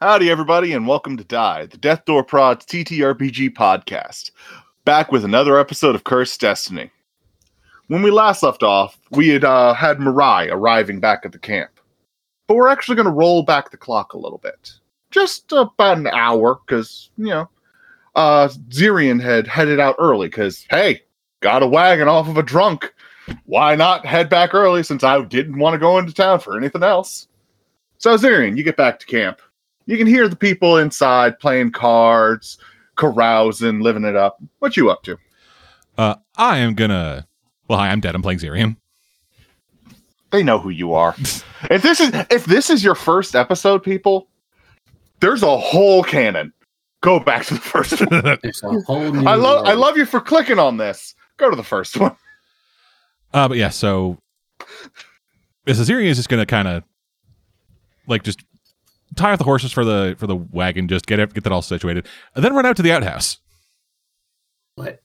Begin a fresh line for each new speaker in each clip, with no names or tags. Howdy, everybody, and welcome to Die, the Death Door Prod's TTRPG podcast. Back with another episode of Cursed Destiny. When we last left off, we had uh, had Mirai arriving back at the camp. But we're actually going to roll back the clock a little bit. Just about an hour, because, you know, uh, Zirian had headed out early, because, hey, got a wagon off of a drunk. Why not head back early since I didn't want to go into town for anything else? So, Zirian, you get back to camp. You can hear the people inside playing cards, carousing, living it up. What you up to?
Uh, I am gonna. Well, hi, I'm dead. I'm playing Zerium.
They know who you are. if this is if this is your first episode, people, there's a whole canon. Go back to the first one.
It's a whole new
I love
world.
I love you for clicking on this. Go to the first one.
Uh, but yeah, so this Azirian is just gonna kind of like just tie up the horses for the for the wagon, just get it, get that all situated, and then run out to the outhouse.
What?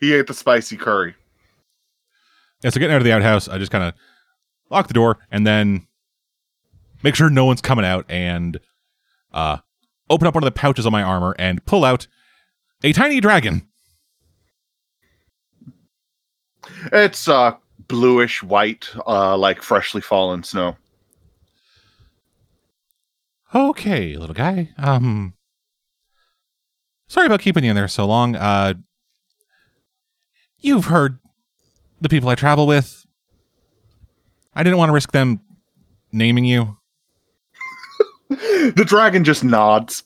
He ate the spicy curry.
Yeah, so getting out of the outhouse, I just kind of lock the door and then make sure no one's coming out, and uh, open up one of the pouches on my armor and pull out a tiny dragon.
It's uh bluish white, uh like freshly fallen snow.
Okay, little guy. Um Sorry about keeping you in there so long. Uh You've heard the people I travel with. I didn't want to risk them naming you.
The dragon just nods.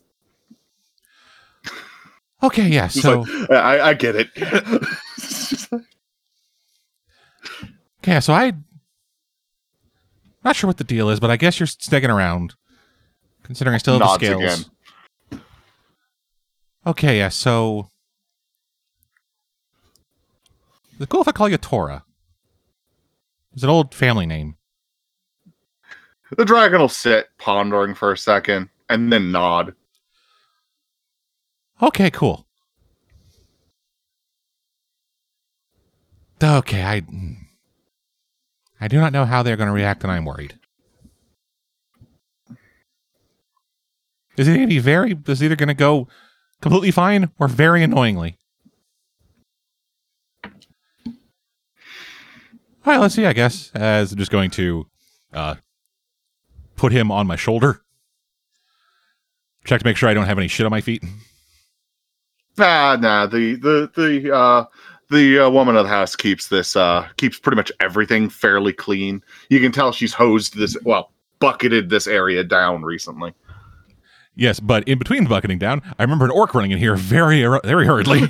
Okay, yeah.
Just
So
like, I, I get it. It's just like-
okay, so I not sure what the deal is, but I guess you're sticking around. Considering I still have
Nods
the scales.
again.
Okay, yeah, so is it cool if I call you Tora? It's an old family name.
The dragon will sit pondering for a second and then nod.
Okay, cool. Okay, I hmm. I do not know how they're going to react, and I'm worried. Is it going to be very? Is either going to go completely fine or very annoyingly? All right, let's see. I guess as I'm just going to uh, put him on my shoulder, check to make sure I don't have any shit on my feet.
Nah, nah. The the the uh, the uh, woman of the house keeps this uh, keeps pretty much everything fairly clean. You can tell she's hosed this well bucketed this area down recently.
Yes, but in between the bucketing down, I remember an orc running in here very, very hurriedly.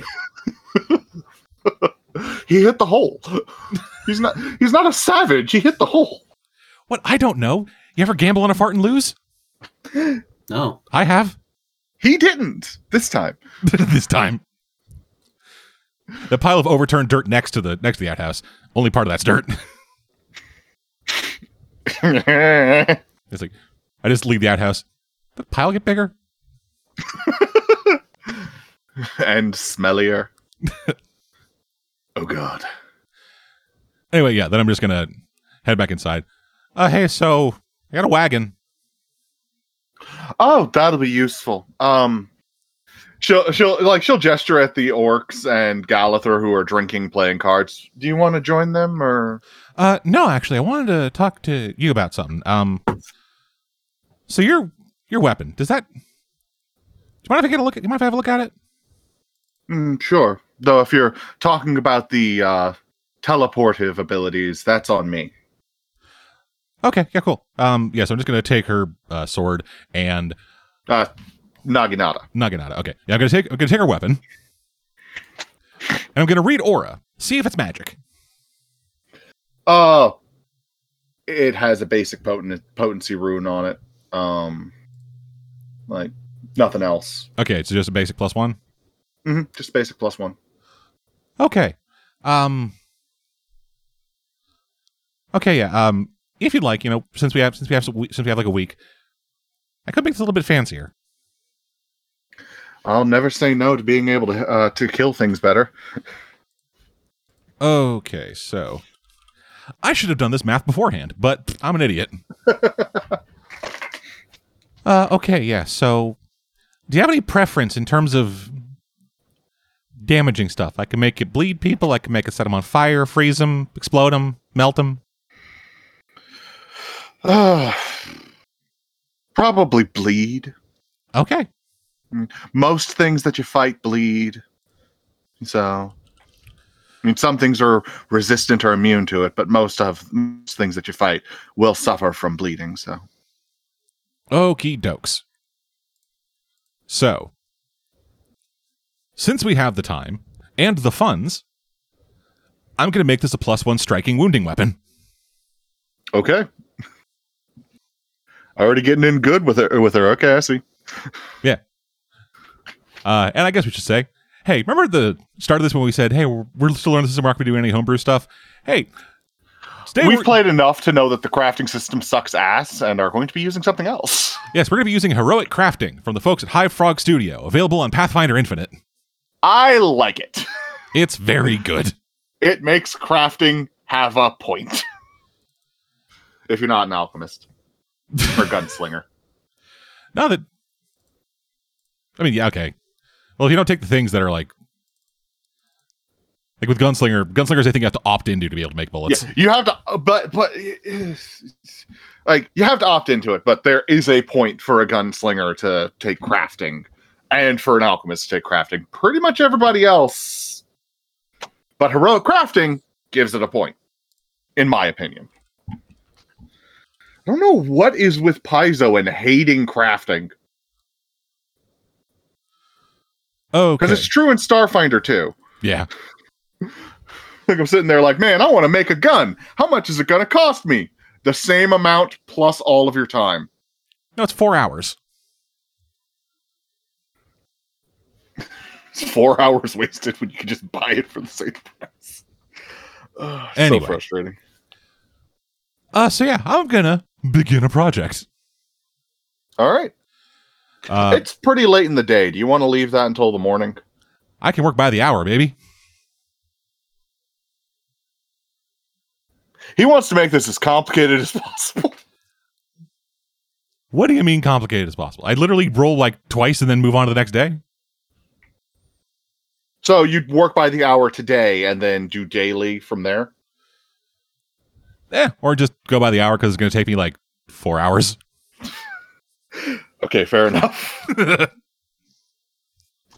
He hit the hole. he's not he's not a savage. He hit the hole.
what? I don't know. You ever gamble on a fart and lose?
No.
I have
He didn't this time.
this time. The pile of overturned dirt next to the next to the outhouse. Only part of that's dirt.
That's
It's like I just leave the outhouse. The pile get bigger.
and smellier. oh god.
Anyway, yeah. Then I'm just gonna head back inside. Uh, hey, so I got a wagon.
Oh, that'll be useful. Um she'll she'll like she'll gesture at the orcs and Galather who are drinking playing cards. Do you want to join them or
Uh, no, actually, I wanted to talk to you about something. Um, so your your weapon does that? Do you mind if I get a look? At, you mind if I have a look at it?
Mm, sure. Though if you're talking about the uh teleportive abilities, that's on me.
Okay, yeah, cool. Um, yeah, so I'm just gonna take her uh, sword and
Uh Naginata.
Naginata. Okay, yeah, I'm gonna take I'm gonna take her weapon, and I'm gonna read aura, see if it's magic.
Uh it has a basic potent potency rune on it. Um like nothing else.
Okay, so just a basic plus one.
hmm Just basic plus one.
Okay, um, okay, yeah. Um, if you'd like, you know, since we have since we have some- since we have like a week, I could make this a little bit fancier.
I'll never say no to being able to uh, to kill things better.
Okay, so I should have done this math beforehand, but I'm an idiot. Uh, okay, yeah. So, do you have any preference in terms of damaging stuff? I can make it bleed people. I can make it set them on fire, freeze them, explode them, melt them.
Ah, probably bleed.
Okay.
Most things that you fight bleed. So, I mean, some things are resistant or immune to it, but most of most things that you fight will suffer from bleeding. So,
Okie dokes. So, since we have the time and the funds, I'm going to make this a plus one striking wounding weapon.
okay. Already getting in good with her. With her, okay, I see.
Uh, and I guess we should say, hey, remember the start of this when we said, hey, we're, we're still learning the system. We're not going to do any homebrew stuff. Hey, stay.
We've played enough to know that the crafting system sucks ass, and are going to be using something else.
yes, we're going to be using heroic crafting from the folks at Hive Frog Studio, available on Pathfinder Infinite.
I like it.
It's very good.
It makes crafting have a point. if you're not an alchemist or gunslinger.
Now that, I mean, yeah, okay. Well, if you don't take the things that are like, like with gunslinger, gunslingers, I think you have to opt into to be able to make bullets.
Yeah, you have to, uh, but but uh, like you have to opt into it. But there is a point for a gunslinger to take crafting, and for an alchemist to take crafting. Pretty much everybody else, but heroic crafting gives it a point, in my opinion. I don't know what is with Paizo and hating crafting
Oh,
because it's true in Starfinder too.
yeah.
Like I'm sitting there, like, man, I want to make a gun. How much is it going to cost me? The same amount plus all of your time.
No, it's four hours.
It's four hours wasted when you could just buy it for the same price. Ugh,
Anyway.
So frustrating.
Uh, so yeah, I'm gonna begin a project.
All right.
Uh,
it's pretty late in the day. Do you want to leave that until the morning?
I can work by the hour, baby.
He wants to make this as complicated as possible.
What do you mean complicated as possible? I literally roll like twice and then move on to the next day.
So you'd work by the hour today and then do daily from there?
Eh, or just go by the hour because it's gonna take me like four hours.
Okay, fair enough.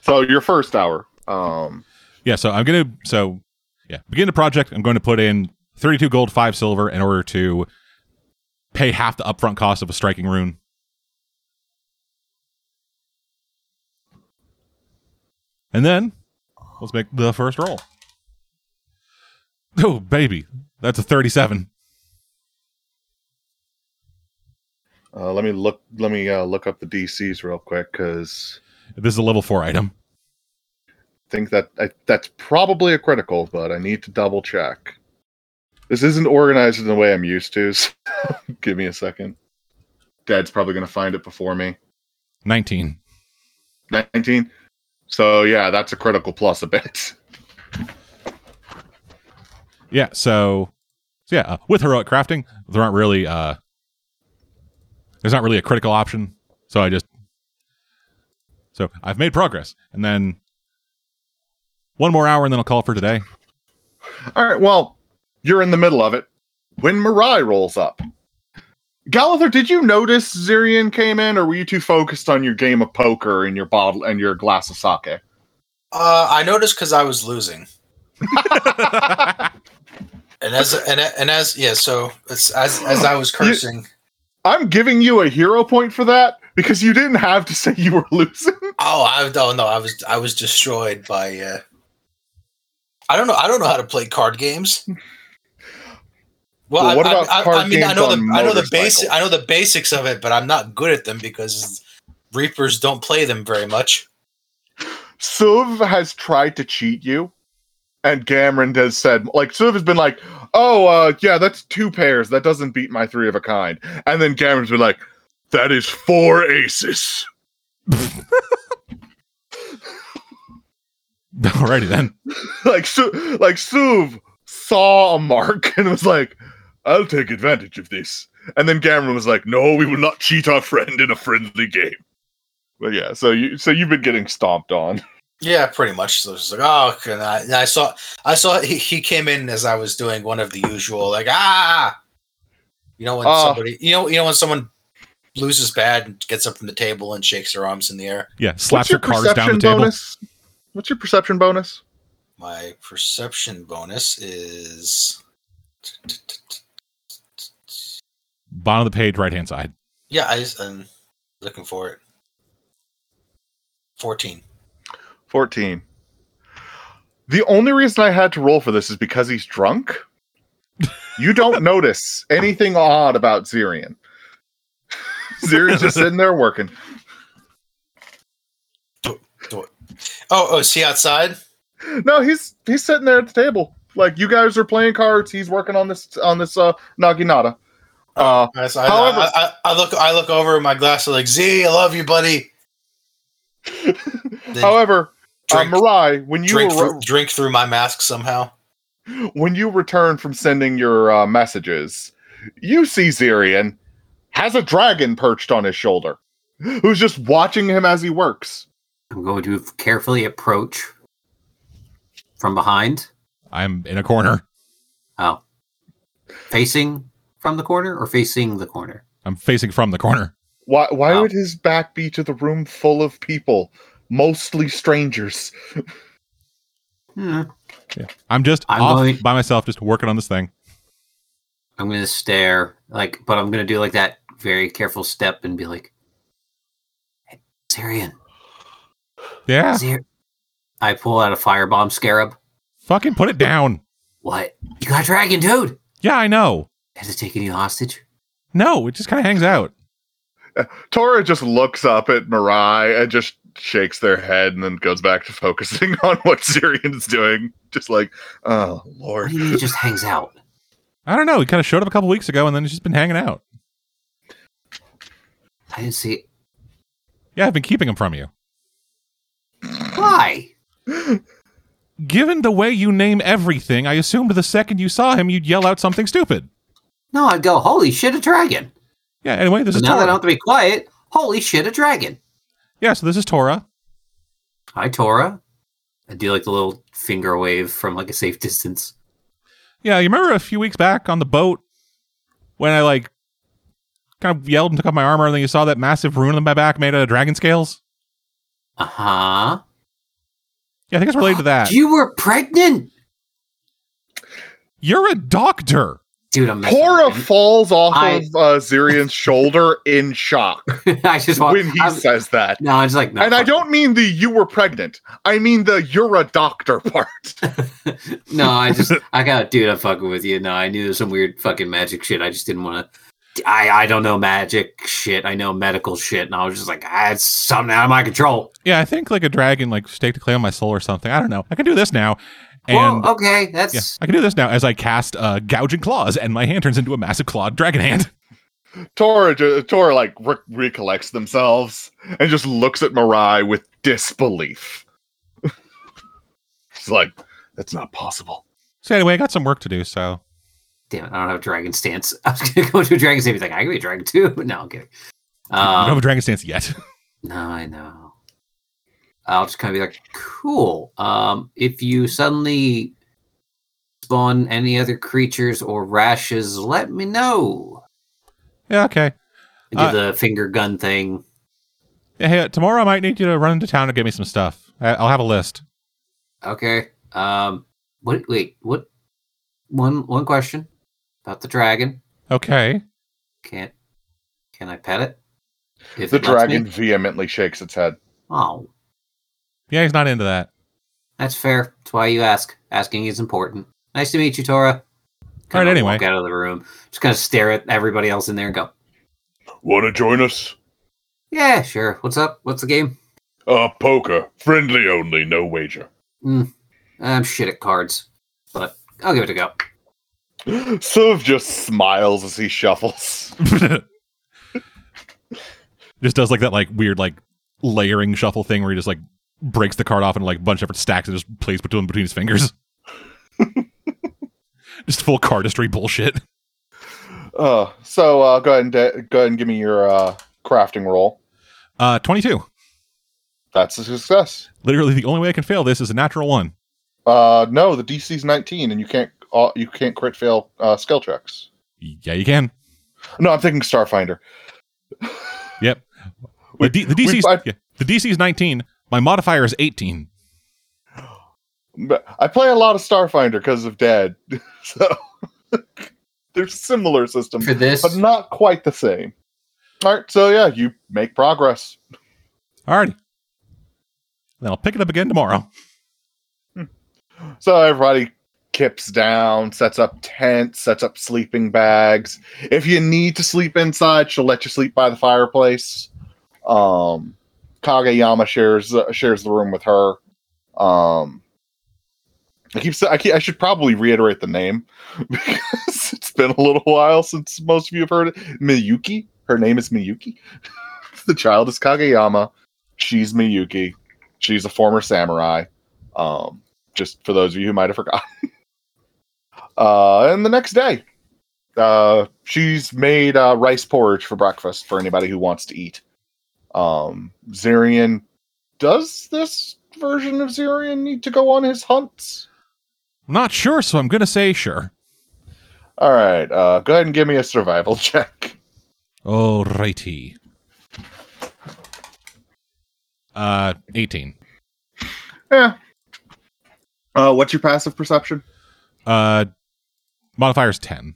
so your first hour. Um
Yeah, so I'm gonna so yeah, begin the project. I'm going to put in 32 gold, five silver in order to pay half the upfront cost of a striking rune. And then let's make the first roll. Oh baby, that's a 37.
uh, let me look let me uh, look up the DCs real quick cuz
This is a level four item.
think that I, that's probably a critical, but I need to double check. This isn't organized in the way I'm used to. So give me a second. Dad's probably going to find it before me.
19.
19. So yeah, that's a critical plus a bit.
Yeah, so, so yeah, uh, with heroic crafting, there aren't really uh there's not really a critical option. So I just So I've made progress. And then one more hour and then I'll call it for today.
All right, well, you're in the middle of it when Mirai rolls up. Galather, did you notice Zirian came in, or were you too focused on your game of poker and your bottle and your glass of sake?
Uh, I noticed because I was losing, and as and, and as yeah, so it's, as as I was cursing,
I'm giving you a hero point for that because you didn't have to say you were losing.
oh, I don't know, I was I was destroyed by. Uh, I don't know. I don't know how to play card games. Well,
Well,
I-
what
I,
about
I,
card
I mean, I
games
know the
on
I know the
motorcycles?
basic I know the basics of it, but I'm not good at them because Reapers don't play them very much.
Suv has tried to cheat you, and Gamron has said, like, Suv has been like, oh, uh, yeah, that's two pairs. That doesn't beat my three of a kind. And then Gamron's been like, that is four aces.
Alrighty then.
Like, Su- like Suv saw a mark and was like, I'll take advantage of this. And then Cameron was like, "No, we will not cheat our friend in a friendly game." But yeah, so you so you've been getting stomped on.
Yeah, pretty much. So it's just like, oh, can I? And I saw, I saw he, he came in as I was doing one of the usual, like ah, you know when
Oh.
somebody, you know, you know when someone loses bad and gets up from the table and shakes their arms in the air.
Yeah, slaps your cards down the table.
bonus? What's your perception bonus?
My perception bonus is,
Bottom of the page, right hand side.
yeah, I, I'm looking for it. Fourteen.
14. The only reason I had to roll for this is because he's drunk. You don't notice anything odd about Zirian. Zirian's just sitting there working.
Oh, oh, see outside.
No, he's he's sitting there at the table. Like you guys are playing cards, he's working on this on this uh Naginata. Uh
I, I,
However-
I, I, I look, I look over my glass. I'm like, Z, I love you, buddy. Then
however, uh,
drink-
Mirai, when you
drink,
were-
through, drink through my mask somehow.
when you return from sending your uh, messages, you see Zirian has a dragon perched on his shoulder, who's just watching him as he works.
I'm going to carefully approach from behind.
I'm in a corner.
Oh. Facing from the corner or facing the corner?
I'm facing from the corner.
Why? Why
Wow.
would his back be to the room full of people, mostly strangers?
Hmm.
I'm just
I'm
off
going-
by myself, just working on this thing.
I'm gonna stare, like, but I'm gonna do like that very careful step and be like, hey, Zarian,
Yeah,
Zar-" I pull out a firebomb scarab.
fucking put it down.
What? You got a dragon, dude?
Yeah, I know.
Has it taken you hostage?
No, it just kind of hangs out.
Tora just looks up at Mirai and just shakes their head, and then goes back to focusing on what Zirian's doing. Just like, oh
What
lord.
do you mean it just hangs out?
I don't know. He kind of showed up a couple weeks ago, and then he's just been hanging out.
I didn't see
Yeah, I've been keeping him from you.
Why?
Given the way you name everything, I assumed the second you saw him, you'd yell out something stupid.
No, I'd go, holy shit, a dragon.
Yeah. Anyway, this is
But now that
Tora.
I don't have to be quiet, holy shit, a dragon.
yeah. So this is Tora.
Hi, Tora. I do like the little finger wave from like a safe distance.
Yeah. You remember a few weeks back on the boat when I like kind of yelled and took off my armor, and then you saw that massive rune on my back made out of dragon scales.
Uh huh.
Yeah, I think it's related to that.
You were pregnant,
You're a doctor.
dude. I'm messing
Tora
with
falls off
I-
of uh, Zirian's shoulder in shock
you. I just want.
when he
I'm-
says that.
no, I'm just like no.
and I
fuck
don't mean the you were pregnant. I mean the you're a doctor part.
No, I just I got dude, I'm fucking with you. No, I knew there was some weird fucking magic shit. I just didn't want to. I I don't know magic shit. I know medical shit, and I was just like, ah, it's something out of my control.
Yeah, I think like a dragon like staked a claim on my soul or something. I don't know. I can do this now.
Well, uh,
And
okay, that's
yeah, I can do this now as I cast uh, gouging claws and my hand turns into a massive clawed dragon hand.
Tora, ju- Tora like re- recollects themselves and just looks at Mirai with disbelief. She's like, that's not possible.
So anyway, I got some work to do, so
damn it. I don't have a dragon stance. I was gonna go to a dragon stance. He's like, I can be a dragon too. No, I'm kidding.
I don't have
Um,
a dragon stance yet.
no, I know. I'll just kind of be like, cool. Um, if you suddenly spawn any other creatures or rashes, let me know.
yeah, okay.
I do
Uh,
the finger gun thing.
Yeah, Hey, uh, tomorrow I might need you to run into town and get me some stuff. I- I'll have a list.
Okay. Um. What? Wait. What? One. One question about the dragon.
Okay.
Can't. Can I pet it? If
The
it lets me?
dragon vehemently shakes its head.
Oh,
Yeah, he's not into that.
that's fair. That's why you ask. Asking is important. Nice to meet you, Tora.
All right,
Kinda
anyway.
Walk out of the room. Just kind of stare at everybody else in there and go.
Want to join us?
Yeah, sure. What's up? What's the game?
Uh, poker. Friendly only, no wager.
I'm shit at cards, but I'll give it a go.
Sov just smiles as he shuffles.
just does like that like weird like layering shuffle thing where he just like breaks the card off into like a bunch of different stacks and just plays between between his fingers. just full cardistry bullshit.
Uh, so uh, go ahead and de- go ahead and give me your uh, crafting roll.
Uh, 22.
That's a success.
Literally, the only way I can fail this is a natural one.
Uh, no, the DC's 19, and you can't uh, you can't crit fail uh, skill checks.
Yeah, you can.
No, I'm thinking Starfinder.
Yep. The,
We-
D- the DC's
I-
yeah, the DC's 19. My modifier is 18.
But I play a lot of Starfinder because of Dad, so there's similar systems,
For this,
but not quite the same. All right, so yeah, you make progress.
Alrighty. Then I'll pick it up again tomorrow.
So everybody kips down, sets up tents, sets up sleeping bags. If you need to sleep inside, she'll let you sleep by the fireplace. Um, Kageyama shares shares the room with her. Um, I keep, sa- I keep I should probably reiterate the name because it's been a little while since most of you have heard it. Miyuki. Her name is Miyuki. the child is Kageyama. She's Miyuki. She's a former samurai. Um, just for those of you who might have forgotten. uh, and the next day, uh, she's made uh, rice porridge for breakfast for anybody who wants to eat. Um, Zirian, does this version of Zirian need to go on his hunts?
I'm not sure, so I'm gonna say sure.
All right, uh, go ahead and give me a survival check.
Alrighty. Uh, 18.
Yeah. Uh, what's your passive perception?
Uh, modifiers 10.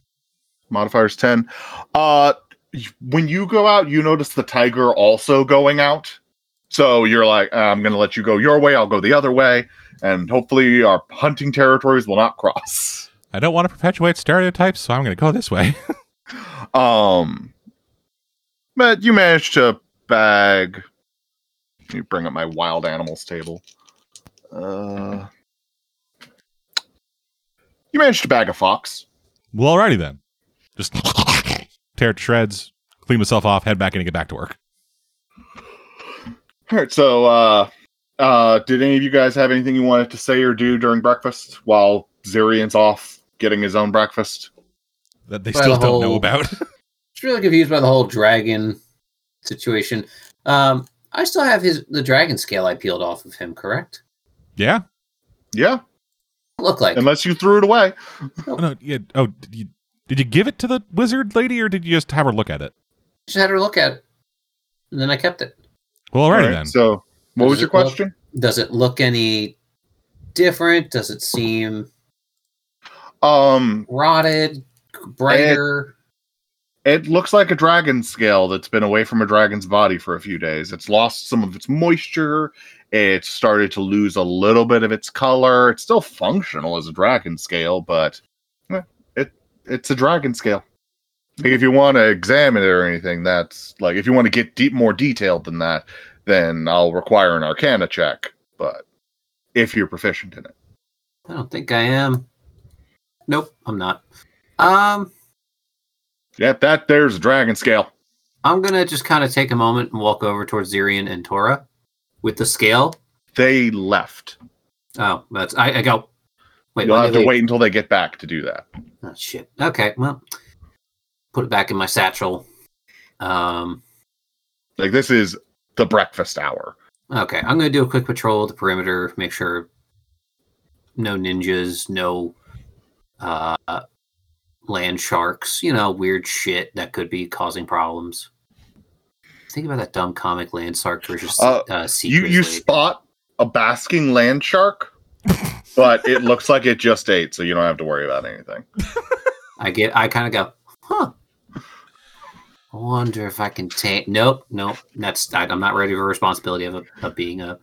modifiers 10 uh y- when you go out you notice the tiger also going out so you're like "Uh, i'm gonna let you go your way i'll go the other way and hopefully our hunting territories will not cross
I don't want to perpetuate stereotypes, so I'm gonna go this way.
um but you managed to bag let me bring up my wild animals table uh you managed to bag a fox
well, alrighty then. Just tear it to shreds, clean myself off, head back in, and get back to work.
All right. So, uh, uh, did any of you guys have anything you wanted to say or do during breakfast while Zirian's off getting his own breakfast?
That they
By
still
the
don't know
whole-
about.
just really confused by the whole dragon situation. Um, I still have his the dragon scale I peeled off of him, correct?
yeah?
Yeah,
Look like
unless you threw it away.
Oh, no, yeah. Oh, did you, did you give it to the wizard lady, or did you just have her look at it?
just had her look at it, and then I kept it.
Well, alrighty
All
then.
So, what was
Does
your
it look-
question?
Does it look any different? Does it seem
Um,
rotted, brighter?
it looks like a dragon scale that's been away from a dragon's body for a few days. It's lost some of its moisture. It started to lose a little bit of its color. It's still functional as a dragon scale, but eh, it it's a dragon scale. Like, if you want to examine it or anything, that's like if you want to get deep more detailed than that, then I'll require an arcana check. But if you're proficient in it,
I don't think I am. Nope, I'm not. Um,
yeah, that there's a dragon scale.
I'm gonna just kind of take a moment and walk over towards Zirian and Tora with the scale.
They left.
Oh, that's I, I go. Wait,
You'll
let me
have to
leave.
wait until they get back to do that.
Oh shit. Okay, well, put it back in my satchel. Um,
Like this is the breakfast hour.
okay, I'm gonna do a quick patrol of the perimeter, make sure no ninjas, no uh, land sharks, you know, weird shit that could be causing problems. Think about that dumb comic land shark versus
Uh,
uh, sea
You you
grizzly.
spot a basking land shark, but it looks like it just ate, so you don't have to worry about anything.
I get. I kind of go, huh? I wonder if I can take. Nope, nope. That's. I, I'm not ready for the responsibility of, a, of being a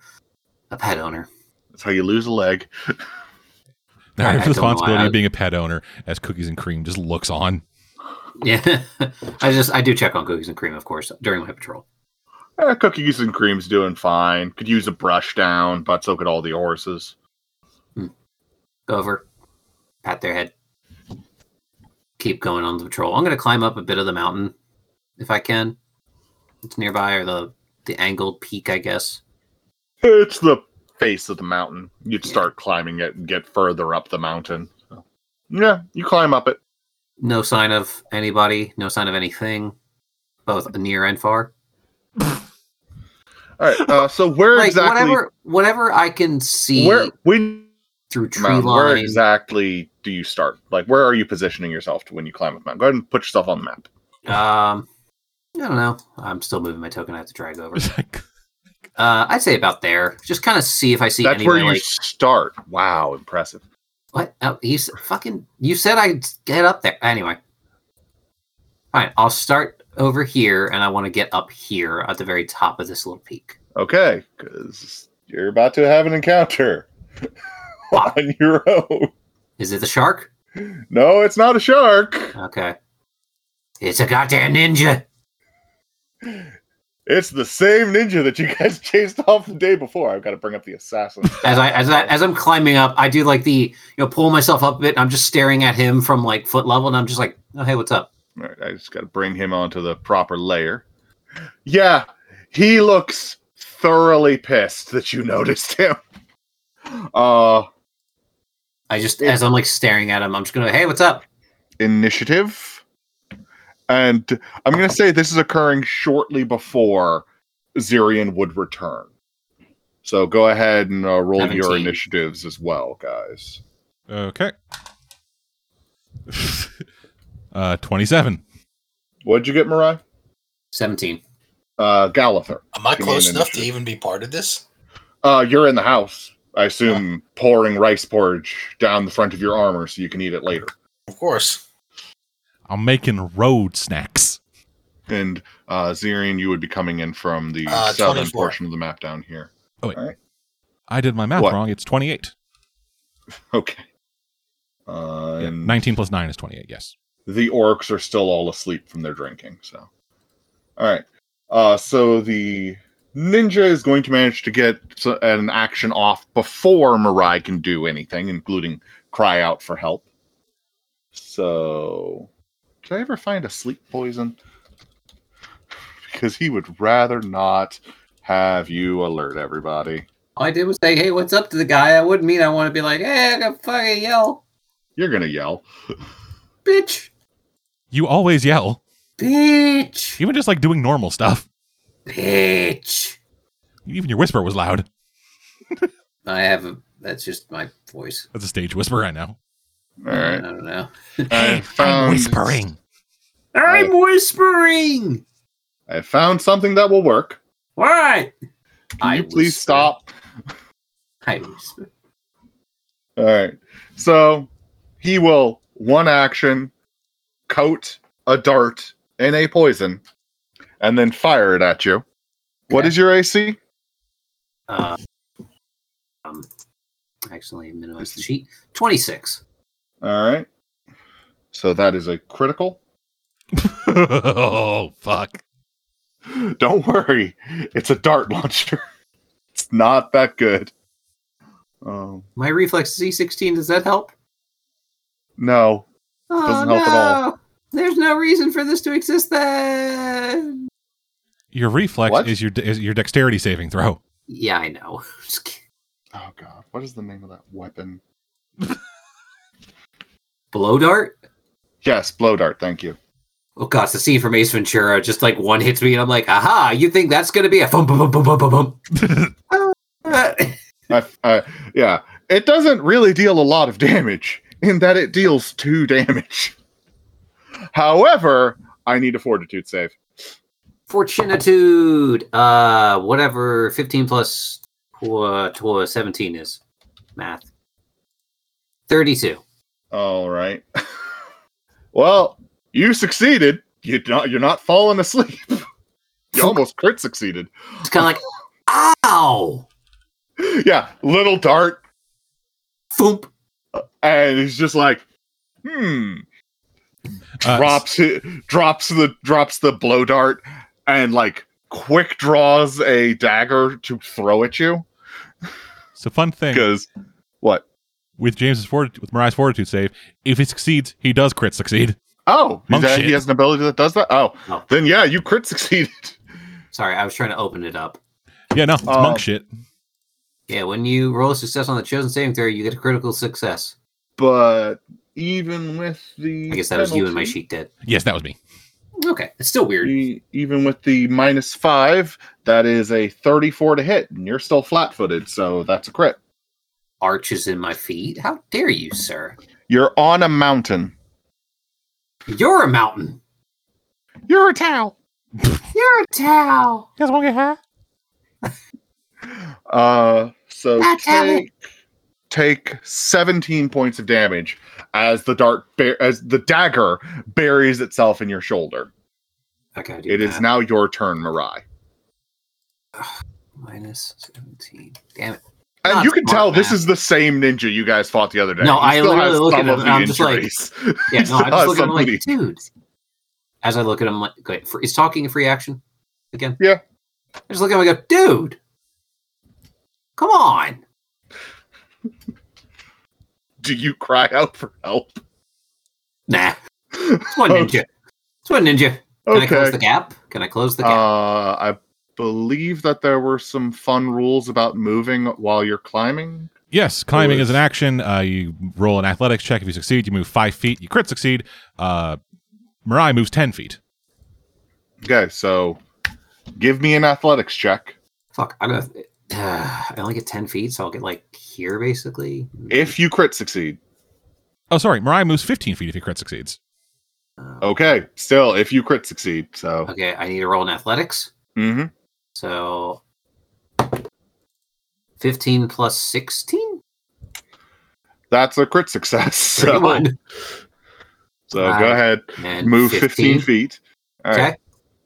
a pet owner.
That's how you lose a leg.
Now, the
I- I don't know
responsibility
why I-
of being a pet owner as Cookies and Cream just looks on.
Yeah, I just I do check on cookies and cream, of course, during my patrol.
Eh, cookies and cream's doing fine. Could use a brush down, but so could all the horses.
Go over, pat their head, keep going on the patrol. I'm gonna climb up a bit of the mountain if I can. It's nearby or the the angled peak, I guess.
It's the face of the mountain. You'd start climbing it and get further up the mountain. Yeah, you climb up it.
No sign of anybody. No sign of anything, both near and far.
All right. Uh, so where
like
exactly?
whatever, whatever I can see
where when
through tree
mountain, where
line.
exactly do you start? Like where are you positioning yourself to when you climb up the mountain? Go ahead and put yourself on the map.
Um, I don't know. I'm still moving my token. I have to drag over.
It's like,
Uh, I'd say about there. Just kind of see if I see
That's
anybody.
where you
like,
start. Wow, impressive.
what? Oh, he's fucking. You said I'd get up there. Anyway. Fine. I'll start over here, and I want to get up here at the very top of this little peak.
Okay, because you're about to have an encounter on your own.
Is it the shark?
No, it's not a shark.
Okay. It's a goddamn ninja.
It's the same ninja that you guys chased off the day before. I've got to bring up the assassin.
As I as I as I'm climbing up, I do like the you know pull myself up a bit. And I'm just staring at him from like foot level, and I'm just like, oh hey, what's up?
All right, I just got to bring him onto the proper layer. Yeah, he looks thoroughly pissed that you noticed him. Uh,
I just as I'm like staring at him, I'm just gonna hey, what's up?
initiative. And I'm going to say this is occurring shortly before Zirian would return. So go ahead and uh, roll your
17.
initiatives as well, guys.
okay. uh, 27.
What'd you get, Mariah?
Seventeen.
Uh, Galather.
Am I
Give me
close
an
enough to
initiative.
even be part of this?
Uh, you're in the house. I assume pouring rice porridge down the front of your armor so you can eat it later.
Of course.
I'm making road snacks.
And uh, Zirian, you would be coming in from the
Uh,
southern
24.
portion of the map down here.
I did my math
What?
wrong. It's 28.
Okay. Uh,
Yeah,
and
19 plus 9 is 28. Yes.
the orcs are still all asleep from their drinking so all right uh so the ninja is going to manage to get s- an action off before marai can do anything including cry out for help so did i ever find a sleep poison because he would rather not have you alert everybody
All I did was say, hey, what's up to the guy? I wouldn't mean I want to be like, hey, I got fucking yell,
you're gonna yell
bitch,
You always yell,
bitch,
even just like doing normal stuff.
bitch.
Even your whisper was loud.
I have a. That's just my voice.
That's a stage whisper right now.
all right
I don't know.
I
I'm
found-
whispering.
I'm
whispering.
i found something that will work
What?
can you please stop
I whisper.
All right. So he will one action coat a dart in a poison and then fire it at you. What
Okay.
is your AC?
Uh, um, actually, minimize the sheet. Twenty six.
All right. So that is a critical.
oh, fuck.
Don't worry. It's a dart launcher. It's not that good. Um,
My reflex is E sixteen. Does that help?
no.
Oh
Doesn't
no!
help at all.
There's no reason for this to exist. Then.
Your reflex
What?
is your de- is your dexterity saving throw.
Yeah, I know. Just kidding.
Oh, God. What is the name of that weapon?
Blow dart.
Yes, blow dart. Thank you.
Oh gosh, the scene from Ace Ventura. Just like one hits me, and I'm like, "Aha! You think that's gonna be a bum bum bum bum bum bum bum?" Uh,
I, I, yeah. It doesn't really deal a lot of damage in that it deals two damage. However, I need a fortitude save.
Fortunitude. Uh, whatever. Fifteen plus uh, tw- seventeen is math. Thirty-two.
All right. well, you succeeded. You're not, you're not falling asleep. You almost crit succeeded.
It's kind of like, "Ow!"
Yeah, little dart.
Foomp.
And he's just like, hmm.
Uh,
drops hi- drops the drops the blow dart and like quick draws a dagger to throw at you.
So fun thing
Because what?
with James's fortitude, with Mariah's fortitude save, if he succeeds, he does crit succeed.
Oh, is
Monk
that-
shit.
he has an ability that does that. Oh,
Oh.
then yeah, you crit succeeded.
Sorry, I was trying to open it up.
Yeah, no, it's
Um,
monk shit.
Yeah, when you roll a success on the chosen saving throw, you get a critical success.
But even with the
I guess that was you and my
penalty-
sheet did.
Yes, that was me.
Okay, it's still weird.
E- even with the minus five, that is a 34 to hit, and you're still flat footed, so that's a crit.
Arches in my feet. How dare you, sir?
You're on a mountain.
You're a mountain.
You're a towel.
You're a towel.
You guys want to get high?
Uh, so
Ah, damn it.
take, take 17 points of damage as the dart bur- as the dagger buries itself in your shoulder.
I gotta do
It is
math.
now your turn, Mirai.
minus seventeen. Damn it.
And
Not
you can
smart
tell this
math.
is the same ninja you guys fought the other day.
No,
He
I
still
literally
has
look at
some
him
of
and
the
I'm just like-
injuries.
Yeah, no, I just
Still
look at him
somebody-
like, dude. As I look at him, like, wait, for, is talking a free action again?
Yeah.
I just look at him and go, dude, come on.
Do you cry out for help?
Nah, it's one ninja. It's one ninja. Can I close the gap? Can I close the gap?
Uh, I believe that there were some fun rules about moving while you're climbing.
Yes, climbing
Or-
is an action. Uh, you roll an athletics check. If you succeed, you move five feet. You crit succeed. Uh, Mirai moves ten feet.
Okay, so give me an athletics check.
Fuck, I'm gonna. Uh, I only get ten feet, so I'll get like here basically.
If you crit succeed,
Oh, sorry, Mirai moves fifteen feet if you crit succeeds.
Uh,
okay. Still, if you crit succeed, so
Okay, I need to roll in athletics.
Mhm.
So, fifteen plus sixteen.
that's a crit success. So, so
Wow.
go ahead,
and
move 15 feet. All right.
Okay,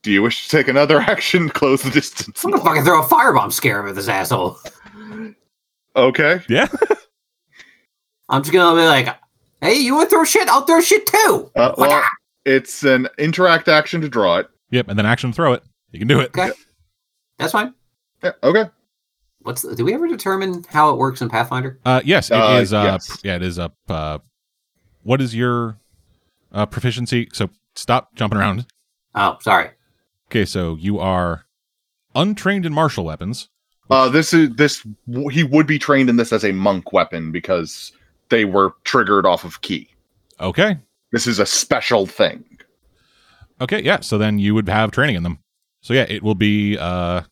Do you wish to take another action? Close the distance.
I'm gonna fucking throw a firebomb scare him at this asshole.
Okay.
I'm just gonna be like, "Hey, you want to throw shit? I'll throw shit too."
Uh,
Why
well,
not?
it's an interact action to draw it.
Yep, and then action throw it. You can do it.
okay, that's fine.
Yeah, okay.
What's the, do we ever determine how it works in Pathfinder?
Uh, yes, it is.
Uh,
Uh,
yes.
pr- yeah, it is. Up. Uh, what is your uh, proficiency? So stop jumping around.
Oh, sorry.
Okay, so you are untrained in martial weapons.
Uh, this is this. w- He would be trained in this as a monk weapon because they were triggered off of key.
Okay.
This is a special thing.
Okay, yeah. So then you would have training in them. So yeah, it will be uh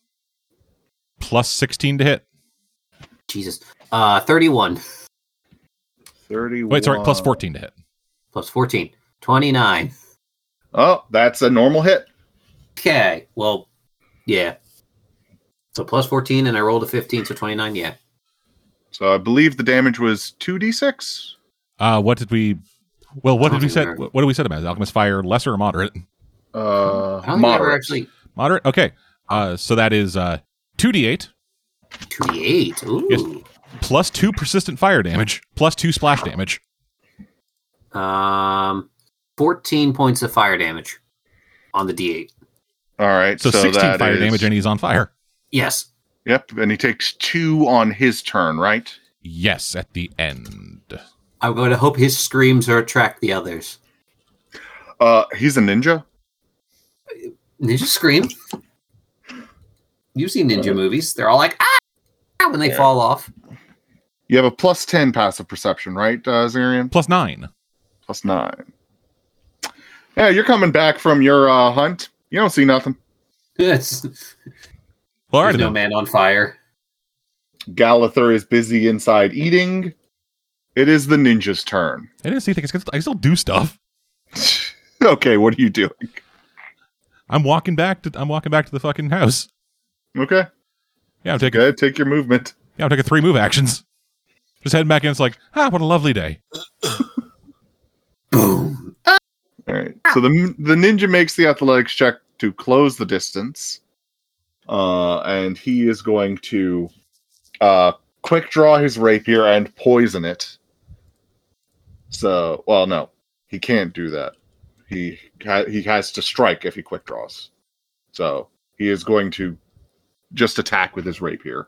plus 16 to hit.
Jesus. Uh, thirty-one
Thirty.
Wait, sorry, plus 14 to hit.
plus 14. 29.
Oh, that's a normal hit.
Okay. Well, yeah. So plus 14, and I rolled a 15, so 29. Yeah.
So I believe the damage was two d six.
Uh what did we Well, what did we said
Alchemist
what did we said about it? Alchemist fire lesser or moderate?
Uh,
I don't think I ever
moderate.
actually.
Moderate. Okay. Uh so that is uh 2d8
2d8. Ooh.
plus 2 persistent fire damage plus 2 splash damage.
Um, 14 points of fire damage on the d8.
All right.
So,
So,
16
that
fire
is-
damage and he's on fire.
Yes.
yep, and he takes two on his turn, right?
Yes, at the end.
I'm going to hope his screams are attract the others.
Uh, he's a ninja.
Ninja scream. You see ninja movies. They're all like, ah! ah," When they
Yeah.
fall off.
You have a plus ten passive perception, right, uh, Zarian?
Plus 9.
Plus nine. Yeah, you're coming back from your uh, hunt. You don't see nothing.
Yes.
Well, all right
There's no
then.
man on fire.
Galather is busy inside eating. It is the ninja's turn.
I didn't see things. I can still do stuff.
okay, what are you doing?
I'm walking back to I'm walking back to the fucking house.
Okay,
Yeah, I'm taking
good. Take your movement.
yeah, I'm taking three move actions. Just heading back in. It's like, ah, what a lovely day.
Boom.
All right. So the the ninja makes the athletics check to close the distance, uh, and he is going to uh, quick draw his rapier and poison it. So, well, no, he can't do that. He ha- he has to strike if he quick draws. So he is going to just attack with his rapier,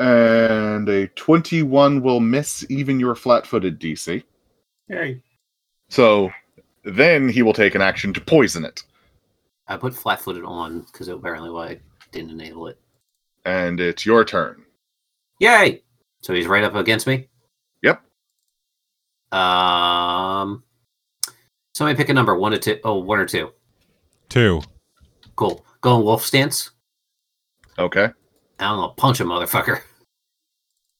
and a twenty-one will miss even your flat-footed DC.
Hey.
So then he will take an action to poison it,
I put flat footed on because apparently why I didn't enable it.
and it's your turn.
Yay! So he's right up against me?
Yep.
Um, somebody pick a number one to two. Oh, one or two.
Two.
Cool. Going wolf stance.
Okay.
I'm gonna punch a motherfucker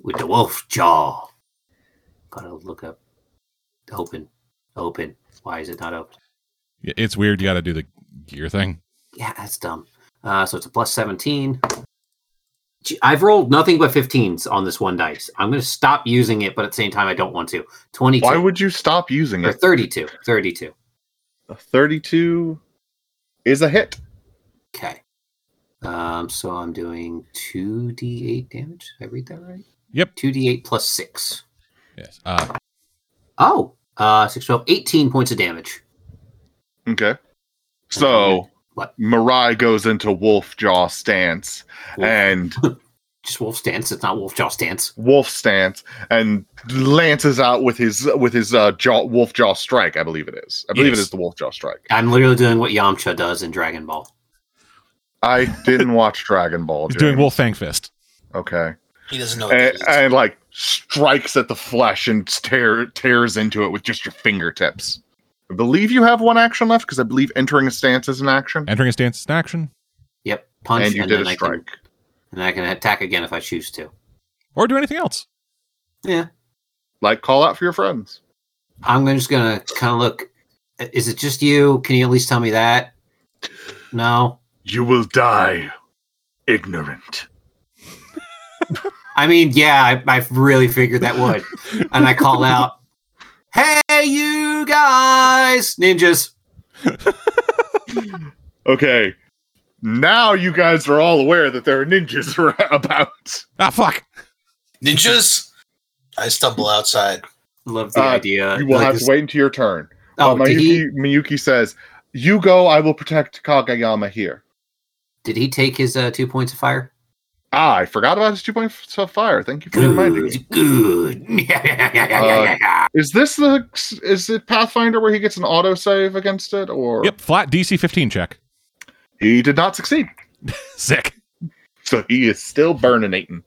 with the wolf jaw. Gotta look up. Open. Open. Why is it not open?
Yeah, It's weird. You got to do the gear thing.
Yeah, that's dumb. Uh, so it's a plus 17. Gee, I've rolled nothing but 15s on this one dice. I'm going to stop using it, but at the same time, I don't want to. 22.
Why would you stop using
or
it?
32. 32.
A 32 is a hit.
Okay. Um, so I'm doing 2d8 damage. Did I read that right?
Yep.
2d8 plus 6.
Yes. Uh,
Oh, uh, 6, 12, 18 points of damage.
Okay. So
What?
Mirai goes into wolf jaw stance
Wolf-
and
Just wolf stance. It's not wolf jaw stance.
wolf stance and lances out with his with his uh, jaw wolf jaw strike. I believe it is. I believe
Yes.
it is the wolf jaw strike.
I'm literally doing what Yamcha does in Dragon Ball.
I didn't watch Dragon Ball.
he's doing
James.
Wolf Fang Fist.
Okay.
He doesn't know. What
And,
that is.
and like strikes at the flesh and tear, tears into it with just your fingertips. I believe you have one action left because I believe entering a stance is an action.
Entering a stance is an action,
Yep. Punch
and you did a
I
strike.
can, and I can attack again if I choose to.
or do anything else.
Yeah.
Like call out for your friends.
I'm gonna- just gonna kind of look. Is it just you? Can you at least tell me that? No.
You will die ignorant.
I mean, yeah, I, I really figured that would, and I call out, "Hey, you guys, ninjas!"
Okay. Now you guys are all aware that there are ninjas ar- about.
Ah, fuck.
Ninjas. I stumble outside.
Love the
Uh,
idea.
You will
Like
have
this-
to wait until your turn.
Oh,
Uh,
did he
Miyuki, Miyuki says, You go, I will protect Kagayama here.
did he take his uh, two points of fire?
Ah, I forgot about his two point of fire. Thank you for reminding me.
Good, good. Yeah, yeah, yeah, yeah, yeah, yeah.
Is this the is it Pathfinder where he gets an auto save against it or
Yep. Flat DC 15 check.
he did not succeed.
Sick.
So he is still burninating.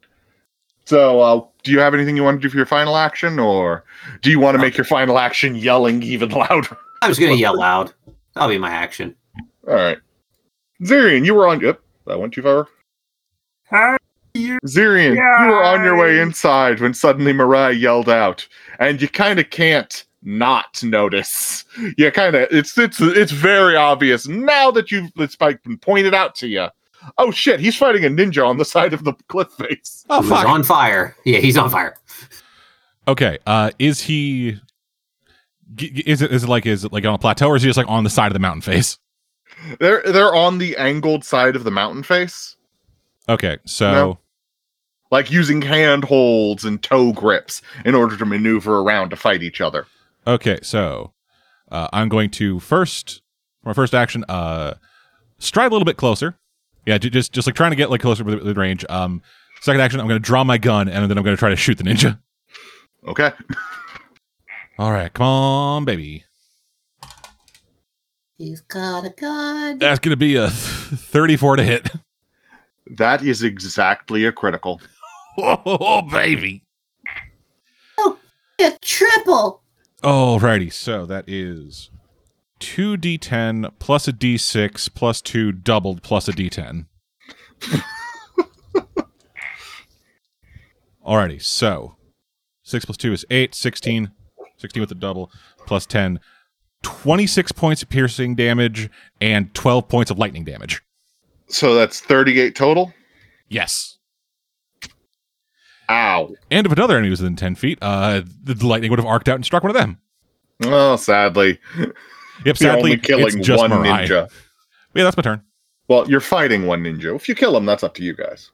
So uh, do you have anything you want to do for your final action or do you want to make your final action yelling even louder?
I was gonna yell loud. That'll be my action.
All right. Zirian, you were on yep, that went too far. Zirian, you were on your way inside when suddenly Mariah yelled out, and you kind of can't not notice. You kind of it's it's it's very obvious now that you've it's like been pointed out to you. Oh shit, he's fighting a ninja on the side of the cliff face.
Oh,
He was
fuck.
on fire. Yeah, he's on fire.
Okay. Uh, is he? g- g- Is it? Is it like? Is it like on a plateau, or is he just like on the side of the mountain face?
They're they're on the angled side of the mountain face,
Okay, so
No. like using handholds and toe grips in order to maneuver around to fight each other.
okay, so uh, I'm going to first for my first action, uh, stride a little bit closer. Yeah, ju- just just like trying to get like closer with the range. Um, second action, I'm going to draw my gun, and then I'm going to try to shoot the ninja.
Okay.
All right, come on, baby.
He's got a gun.
That's going to be a 34 to hit.
That is exactly a critical.
oh, baby.
a triple.
Alrighty, so that is two d10 plus a d6 plus two doubled plus a d10. Alrighty, so six plus two is eight, 16, 16 with a double, plus 10, 26 points of piercing damage and 12 points of lightning damage.
So that's 38 total.
Yes.
Ow.
And if another enemy was within 10 feet, uh, the lightning would have arced out and struck one of them.
Oh, sadly.
Yep,
You're
sadly,
only killing
it's just
one
Mirai.
ninja.
Yeah, that's my turn.
Well, you're fighting one ninja. If you kill him, that's up to you guys.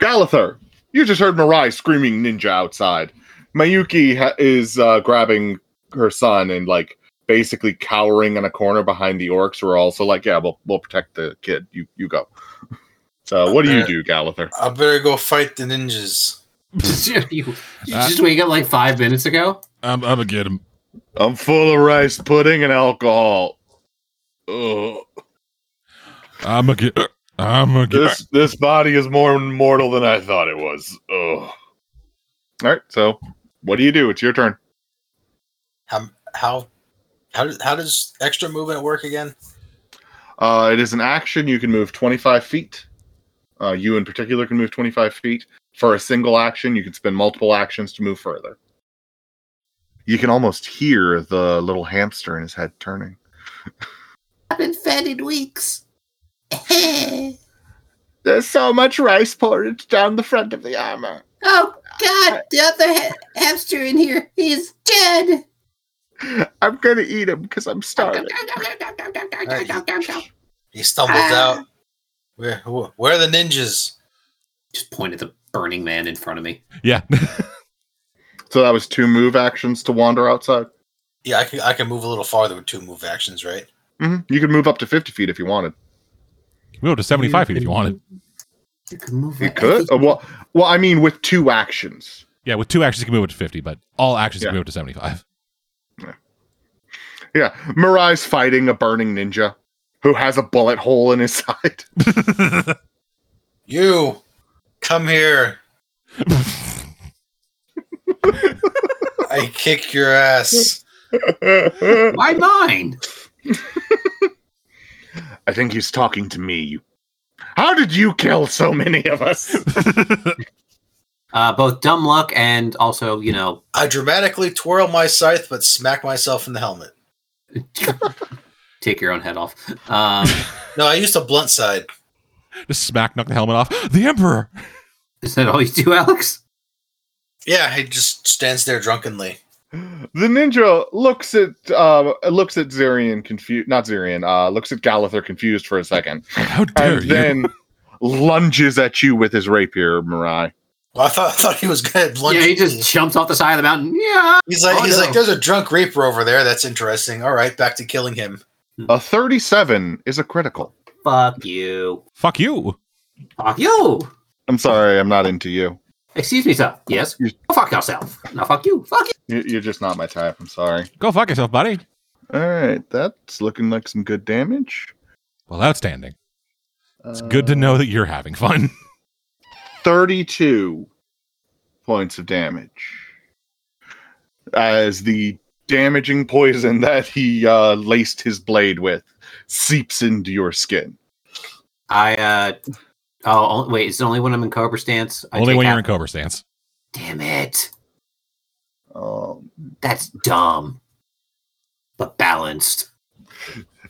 Galather, you just heard Mirai screaming ninja outside. Mayuki ha- is uh, grabbing her son and like basically cowering in a corner behind the orcs who are also like, yeah, we'll, we'll protect the kid. You you go. So what do you do, Galather?
I better go fight the ninjas.
you you just wake up like five minutes ago.
I'm, I'm gonna get him.
I'm full of rice pudding and alcohol. Ugh.
I'm gonna get. I'm gonna get.
This this body is more mortal than I thought it was. Ugh. All right, so what do you do? It's your turn.
How how how does, how does extra movement work again?
Uh, it is an action. You can move 25 feet. Uh, you in particular can move 25 feet. For a single action, you can spend multiple actions to move further. You can almost hear the little hamster in his head turning.
I've been fed in weeks. oh
There's so much rice poured down the front of the armor.
God, the other ha- hamster in here, he's dead.
I'm gonna eat him because I'm
He stumbles
Ah.
out. Where wh- where are the ninjas?
Just point at the burning man in front of me.
Yeah.
So that was two move actions to wander outside.
Yeah, I can I can move a little farther with two move actions, right?
hmm You could move up to 50 feet if you wanted.
we go up to 75 feet if you wanted.
You could move.
You could. Uh, well, well, I mean, with two actions.
Yeah, with two actions, you can move up to 50, but all actions you
Yeah.
can move up to 75.
Yeah, Mirai's fighting a burning ninja who has a bullet hole in his side.
You come here. I kick your ass.
I
Why mine?
think he's talking to me. How did you kill so many of us?
Uh, both dumb luck and also, you know,
I dramatically twirl my scythe, but smack myself in the helmet.
take your own head off. Um,
No, I used a blunt side.
Just smack knock the helmet off. The Emperor!
is that all you do, Alex?
Yeah, he just stands there drunkenly.
the ninja looks at uh, looks at Zirian confused, not Zirian, uh, looks at Gallither confused for a second,
How dare
and
you?
then lunges at you with his rapier, Mirai.
Well, I thought I thought he was gonna lunge.
yeah, he
at me.
just jumps off the side of the mountain. Yeah.
He's like
Oh,
he's
no.
like there's a drunk raper over there. That's interesting. All right, back to killing him.
A thirty-seven is a critical.
Fuck you.
Fuck you.
Fuck you.
I'm sorry, I'm not into you.
Excuse me, sir. Yes.
You-
Go fuck yourself. No, fuck you. Fuck you.
You- You're just not my type. I'm sorry.
Go fuck yourself, buddy.
All right, that's looking like some good damage. Uh,
Well, outstanding. It's good to know that you're having fun.
32 points of damage as the damaging poison that he uh, laced his blade with seeps into your skin.
I, uh, oh, oh, wait, it's only when I'm in Cobra stance. I
Only
take
when
half-
you're in Cobra stance.
Damn it.
Um,
That's dumb. But balanced.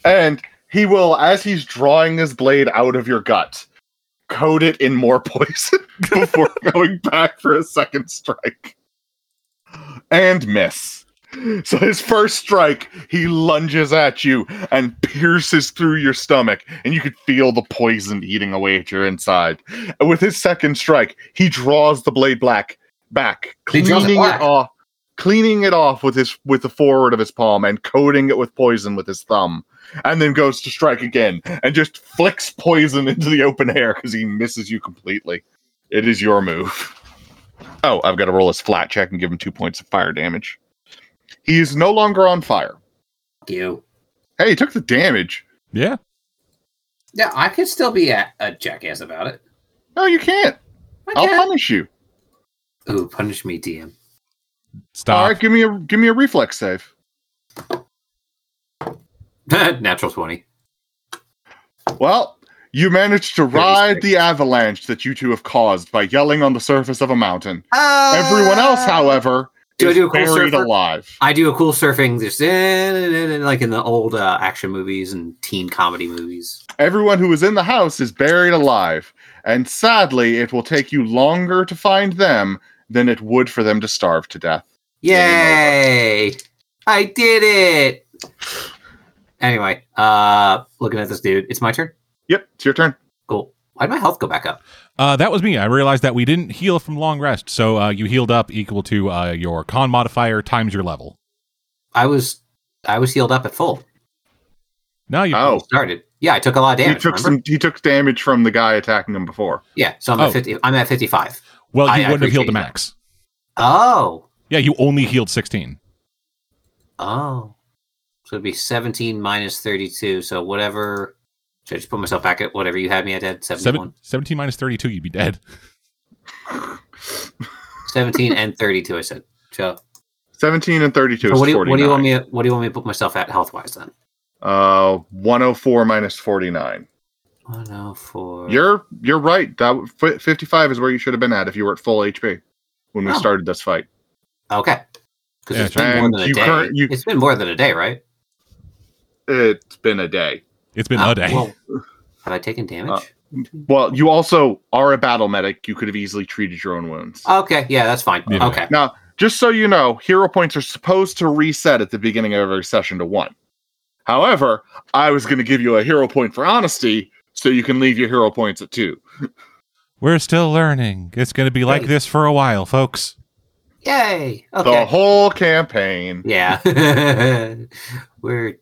and he will, as he's drawing his blade out of your gut, coat it in more poison before going back for a second strike and miss. So his first strike, he lunges at you and pierces through your stomach, and you could feel the poison eating away at your inside. And with his second strike, he draws the blade black back,
He draws it
cleaning it
black.
off, cleaning it off with his with the forward of his palm and coating it with poison with his thumb, and then goes to strike again and just flicks poison into the open air because he misses you completely. It is your move. Oh, I've got to roll his flat check and give him two points of fire damage. He is no longer on fire.
Fuck you.
Hey, he took the damage.
Yeah.
Yeah, I could still be a, a jackass about it.
No, you can't.
I
I'll
can.
punish you.
Ooh, punish me, DM.
Stop.
All right, give me a give me a reflex save.
Natural 20.
Well, you managed to ride
36.
the avalanche that you two have caused by yelling on the surface of a mountain.
Uh,
Everyone else, however,
Uh, Do I
is
do a cool
buried
surfer?
alive.
I do a cool surfing just eh, like in the old uh, action movies and teen comedy movies.
Everyone who is in the house is buried alive, and sadly, it will take you longer to find them than it would for them to starve to death.
Yay! I did it. Anyway, uh looking at this dude, it's my turn.
Yep, it's your turn.
Cool. Why'd my health go back up?
Uh, that was me. I realized that we didn't heal from long rest, so uh, you healed up equal to uh, your con modifier times your level.
I was I was healed up at full.
Now you.
Oh,
Started. Yeah, I took a lot of
he
damage.
took
remember?
some. He took damage from the guy attacking him before.
Yeah, so I'm
Oh.
at fifty I'm at fifty five.
well,
I-
you
I
wouldn't have healed
appreciate
the
that.
max.
Oh.
Yeah, you only healed sixteen.
Oh. So it'd be seventeen minus thirty two, so whatever should I just put myself back at whatever you had me at, Ed? Seventy one.
Seven, 17 minus thirty-two, you'd be dead.
17 and 32, I said. So
17 and 32
So
is
what do you
49.
what do you want me what do you want me to put myself at health wise then?
Uh, 104 minus 49.
One oh four.
You're you're right. That w- fi- 55 is where you should have been at if you were at full HP when we
Oh.
started this fight.
okay. Because
Yeah,
it's been more
and
than a
you
day.
current- you-
it's been more than a day, right?
It's been a day.
It's been
Oh,
a day.
well, have I taken damage?
Well, you also are a battle medic. You could have easily treated your own wounds.
okay, yeah, that's fine.
Yeah.
Okay.
Now, just so you know, hero points are supposed to reset at the beginning of every session to one. However, I was going to give you a hero point for honesty, so you can leave your hero points at two.
We're still learning. It's going to be like
Hey.
this for a while, folks.
Yay. Okay.
The whole campaign.
Yeah. We're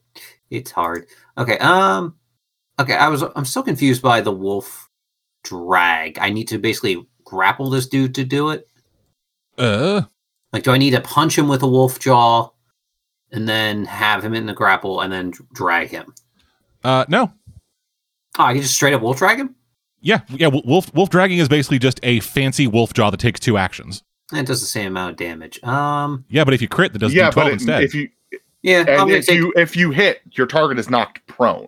it's hard. Okay. Um okay, I was I'm so confused by the wolf drag. I need to basically grapple this dude to do it.
Uh,
Like do I need to punch him with a wolf jaw and then have him in the grapple and then dr- drag him?
uh, no,
Oh, I can just straight up wolf drag him?
yeah, yeah. w- Wolf wolf dragging is basically just a fancy wolf jaw that takes two actions.
That does the same amount of damage. Um
Yeah, but if you crit, that does
yeah,
do twelve
but it-
instead.
if you
yeah, I'm
and
gonna
if
take
you if you hit, your target is knocked prone,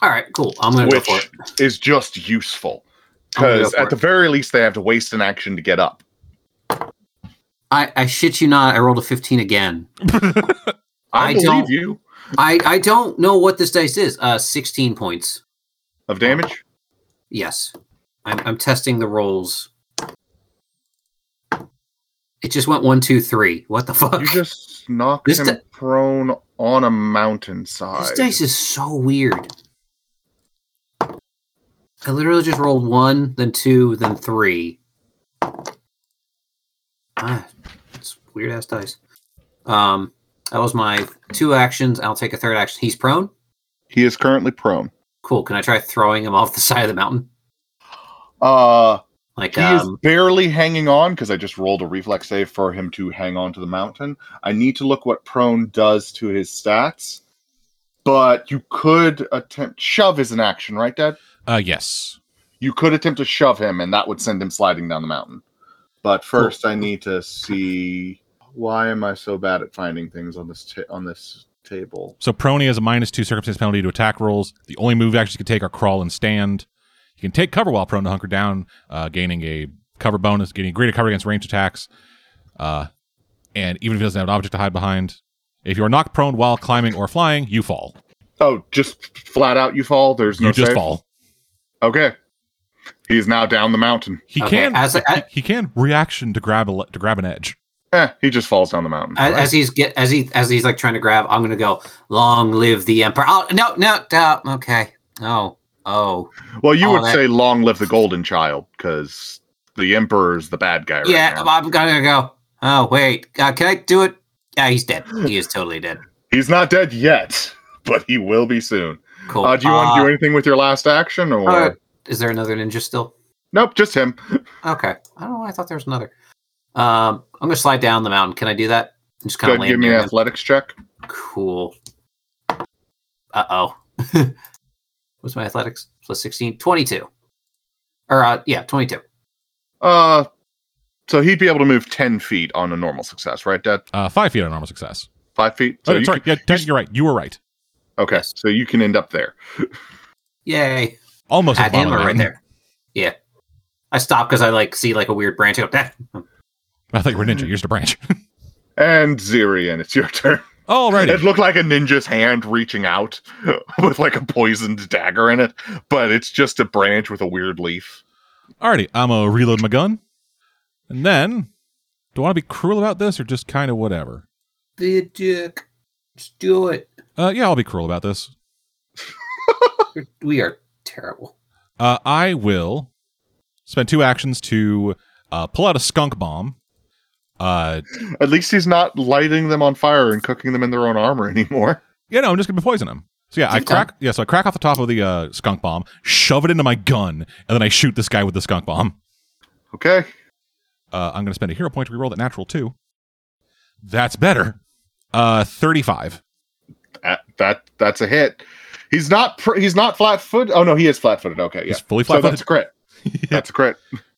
all right, cool. I'm gonna
which
go for it.
is just useful
I'm gonna go
because
for
at the
it.
very least they have to waste an action to get up.
I, I shit you not, I rolled a fifteen again.
I,
I
believe
don't-
you
I, I don't know what this dice is. Uh sixteen points.
of damage.
Yes. I'm, I'm testing the rolls. It just went one, two, three. What the fuck?
You just knocked
This
him
di-
prone on a
this
mountainside.
dice is so weird. I literally just rolled one, then two, then three. Ah, it's weird ass dice. Um, that was my two actions. I'll take a third action. He's prone.
He is currently prone.
Cool. Can I try throwing him off the side of the mountain?
Uh
Like,
He is
um,
barely hanging on because I just rolled a reflex save for him to hang on to the mountain. I need to look what prone does to his stats, but you could attempt shove is an action, right, Dad?
uh, yes.
You could attempt to shove him, and that would send him sliding down the mountain. But first, I need to see why am I so bad at finding things on this ta- on this table?
So prone he has a minus two circumstance penalty to attack rolls. The only move actions you can take are crawl and stand. You can take cover while prone to hunker down, uh, gaining a cover bonus, getting greater cover against ranged attacks. Uh, and even if he doesn't have an object to hide behind, if you are knocked prone while climbing or flying, you fall.
Oh, just flat out you fall. There's no
you just
save?
fall.
Okay, he's now down the mountain.
He
Okay,
can
as-
he,
I-
he can reaction to grab a le- to grab an edge.
Eh, he just falls down the mountain.
as, as he's get as he as he's like trying to grab, I'm gonna go. Long live the emperor! Oh no no no! Okay. Oh oh
Well, you
all
would
that-
say long live the golden child because the emperor's the bad guy right
yeah,
now.
I'm gonna go. Oh wait, uh, can I do it? Yeah, he's dead. He is totally dead.
He's not dead yet, but he will be soon.
Cool.
Uh, do you want to
Uh,
do anything with your last action or
uh, is there another ninja still?
Nope, just him.
Okay. I don't know. why I thought there was another. Um, I'm gonna slide down the mountain. Can I do that? And just kind
Good,
of
give
land
me an
there.
athletics check.
Cool. Uh oh. What's my athletics? Plus 16? 22. Or uh, yeah, 22.
Uh so he'd be able to move ten feet on a normal success, right, Dad?
Uh, five feet on normal success.
Five feet. So
oh,
you
sorry,
can-
yeah, Ted, you're right. You were right.
okay,
Yes.
so you can end up there.
Yay.
Almost at
at
the bottom
him
of
or
the
right
mountain.
there. Yeah. I stop because I like see like a weird branch. I go, "Ah."
I thought you were ninja. You're just a branch.
And Zirian, it's your turn. It
Alrighty.
looked like a ninja's hand reaching out with like a poisoned dagger in it, but it's just a branch with a weird leaf.
Alrighty, I'm gonna reload my gun, and then do I want to be cruel about this or just kind of whatever?
Be a dick. Just do it.
Uh, yeah, I'll be cruel about this.
We're- We are terrible.
Uh, I will spend two actions to uh, pull out a skunk bomb. Uh,
At least he's not lighting them on fire and cooking them in their own armor anymore.
yeah, no, I'm just gonna poison him. So yeah, I
Good time.
crack. Yeah, so I crack off the top of the uh, skunk bomb, shove it into my gun, and then I shoot this guy with the skunk bomb.
Okay.
Uh, I'm gonna spend a hero point to reroll that natural two. That's better. Uh, thirty-five.
That, that that's a hit. He's not pr- he's not flat foot. Oh no, he is flat footed. Okay, yeah.
He's fully
So
flat-footed.
that's a crit. That's a crit.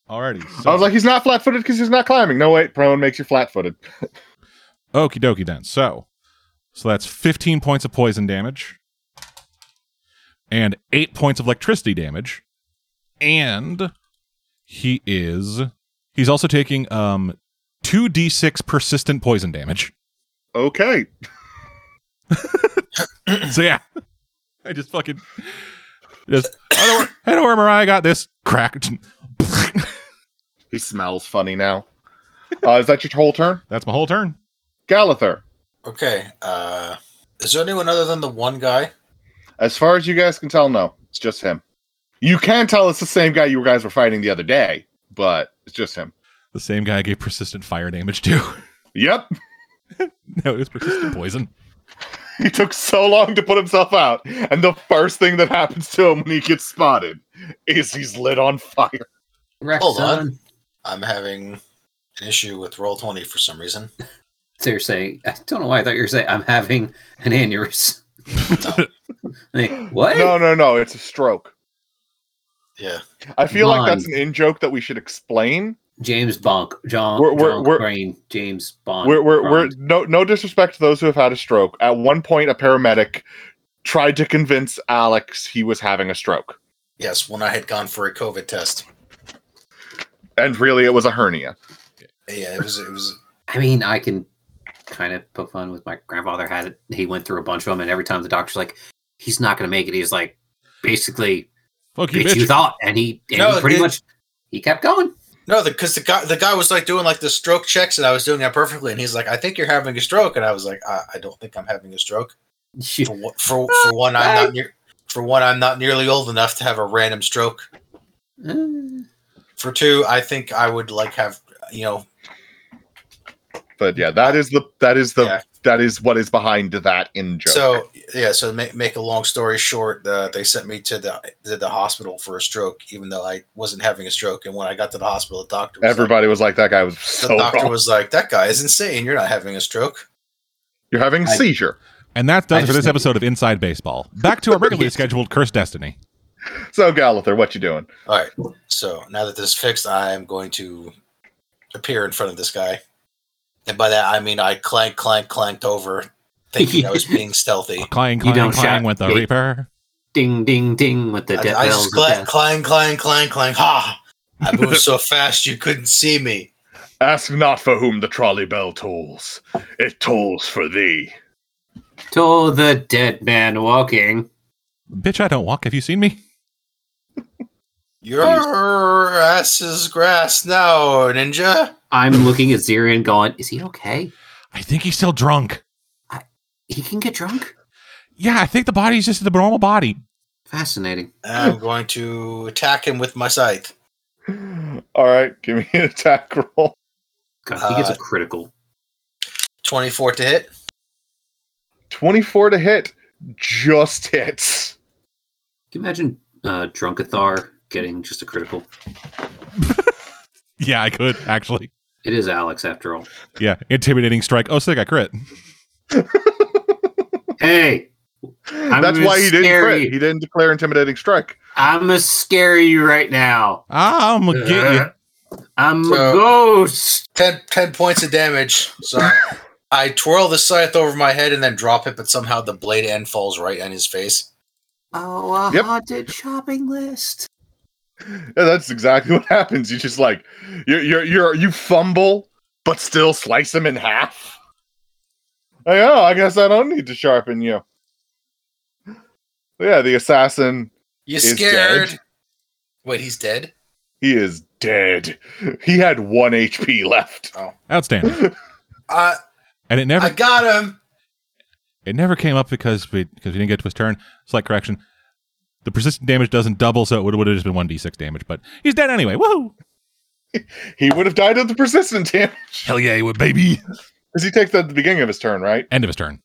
Alrighty.
I was like, he's not flat footed because he's not climbing. No wait, prone makes you flat footed.
Okie dokie then. So, so that's 15 points of poison damage and 8 points of electricity damage. And he is he's also taking um 2d6 persistent poison damage.
Okay.
So yeah. I just fucking just I don't I don't worry, Mariah, I got this. Cracked.
He smells funny now. Uh, is that your whole turn?
That's my whole turn.
Galather,
Okay. Uh, is there anyone other than the one guy?
as far as you guys can tell, no. It's just him. You can tell it's the same guy you guys were fighting the other day, but it's just him.
The same guy I gave persistent fire damage to.
Yep.
no, it was persistent poison.
He took so long to put himself out, and the first thing that happens to him when he gets spotted is he's lit on fire.
Rex
Hold on.
on.
I'm having an issue with roll twenty for some reason.
So you're saying, I don't know why I thought you were saying, I'm having an aneurysm. Like, what?
No, no, no. It's a stroke.
Yeah.
I feel like
Mine.
that's an in joke that we should explain.
James Bonk. John,
We're- we're-
John
we're-
Crane, James Bond.
We're, we're, we're
Bond.
no, no disrespect to those who have had a stroke. At one point, a paramedic tried to convince Alex he was having a stroke,
Yes, when I had gone for a COVID test.
and really, it was a hernia.
Yeah, it was. It was.
I mean, I can kind of poke fun with my grandfather had it. He went through a bunch of them, and every time the doctor's like, he's not going to make it, he's like, basically,
Fuck you,
bitch, you
bitch.
thought. And he, and
No,
he pretty
it-
much, he kept going.
No, because the, guy the guy was like doing like the stroke checks, and I was doing that perfectly, and he's like, "I think you're having a stroke," and I was like, "I, I don't think I'm having a stroke." For one- for for one, I'm not near. For one, I'm not nearly old enough to have a random stroke.
Mm.
For two, I think I would like have you know
But yeah, that is the that is the
Yeah.
that is what is behind that in joke.
So yeah, so make make a long story short, uh, they sent me to the to the hospital for a stroke, even though I wasn't having a stroke. And when I got to the hospital, the doctor was
everybody was like, "That guy was
like, the
so
doctor
wrong.
was like, "That guy is insane. You're not having a stroke."
You're having a
I-
seizure."
And that does it
I
for
just
this
need-
episode of Inside Baseball. Back to our regularly scheduled Curse Destiny.
So Galather, what you doing?
All right. So now that this is fixed, I am going to appear in front of this guy, and by that I mean I clank, clank, clanked over, thinking I was being stealthy.
Clang,
You
clang,
don't
clang
shout.
with the
Yeah.
Reaper.
Ding, ding, ding with the
I,
death
I just
bells.
clank, clang, clang, clang, clang. Ha! I moved so fast you couldn't see me.
Ask not for whom the trolley bell tolls; it tolls for thee.
To the dead man walking.
Bitch, I don't walk. Have you seen me?
Your ass is grass now, ninja.
I'm looking at Zirian going, is he okay?
I think he's still drunk.
He can get drunk?
Yeah, I think the body's just the normal body.
Fascinating.
I'm going to attack him with my scythe.
All right, give me an attack roll.
God, he gets
Uh,
a critical.
24 to hit.
24 to hit just hits.
Can you imagine uh, Drunkathar getting just a critical?
Yeah, I could actually.
It is Alex after all.
Yeah, intimidating strike. Oh, sick! I crit.
Hey, I'm
That's why he didn't
scary.
crit. He didn't declare intimidating strike.
I'm gonna scare you right now.
I'm gonna get
Uh-huh.
you.
I'm
So-
a ghost.
10, 10 points of damage. So I twirl the scythe over my head and then drop it, but somehow the blade end falls right on his face.
Oh, a
Yep.
haunted shopping list.
Yeah, that's exactly what happens. You just like you you you you fumble, but still slice him in half. Like, oh, I guess I don't need to sharpen you. Yeah, the assassin
You
He's
scared?
dead.
Wait, he's dead?
he is dead. He had one HP left.
Outstanding.
Uh,
And it
I
never
got him.
it never came up because we because we didn't get to his turn. Slight correction. The persistent damage doesn't double, so it would would have just been one d six damage. But he's dead anyway. Woohoo!
He would have died of the persistent damage
Hell yeah, he would, baby.
because he takes that at the beginning of his turn, right?
End of his turn.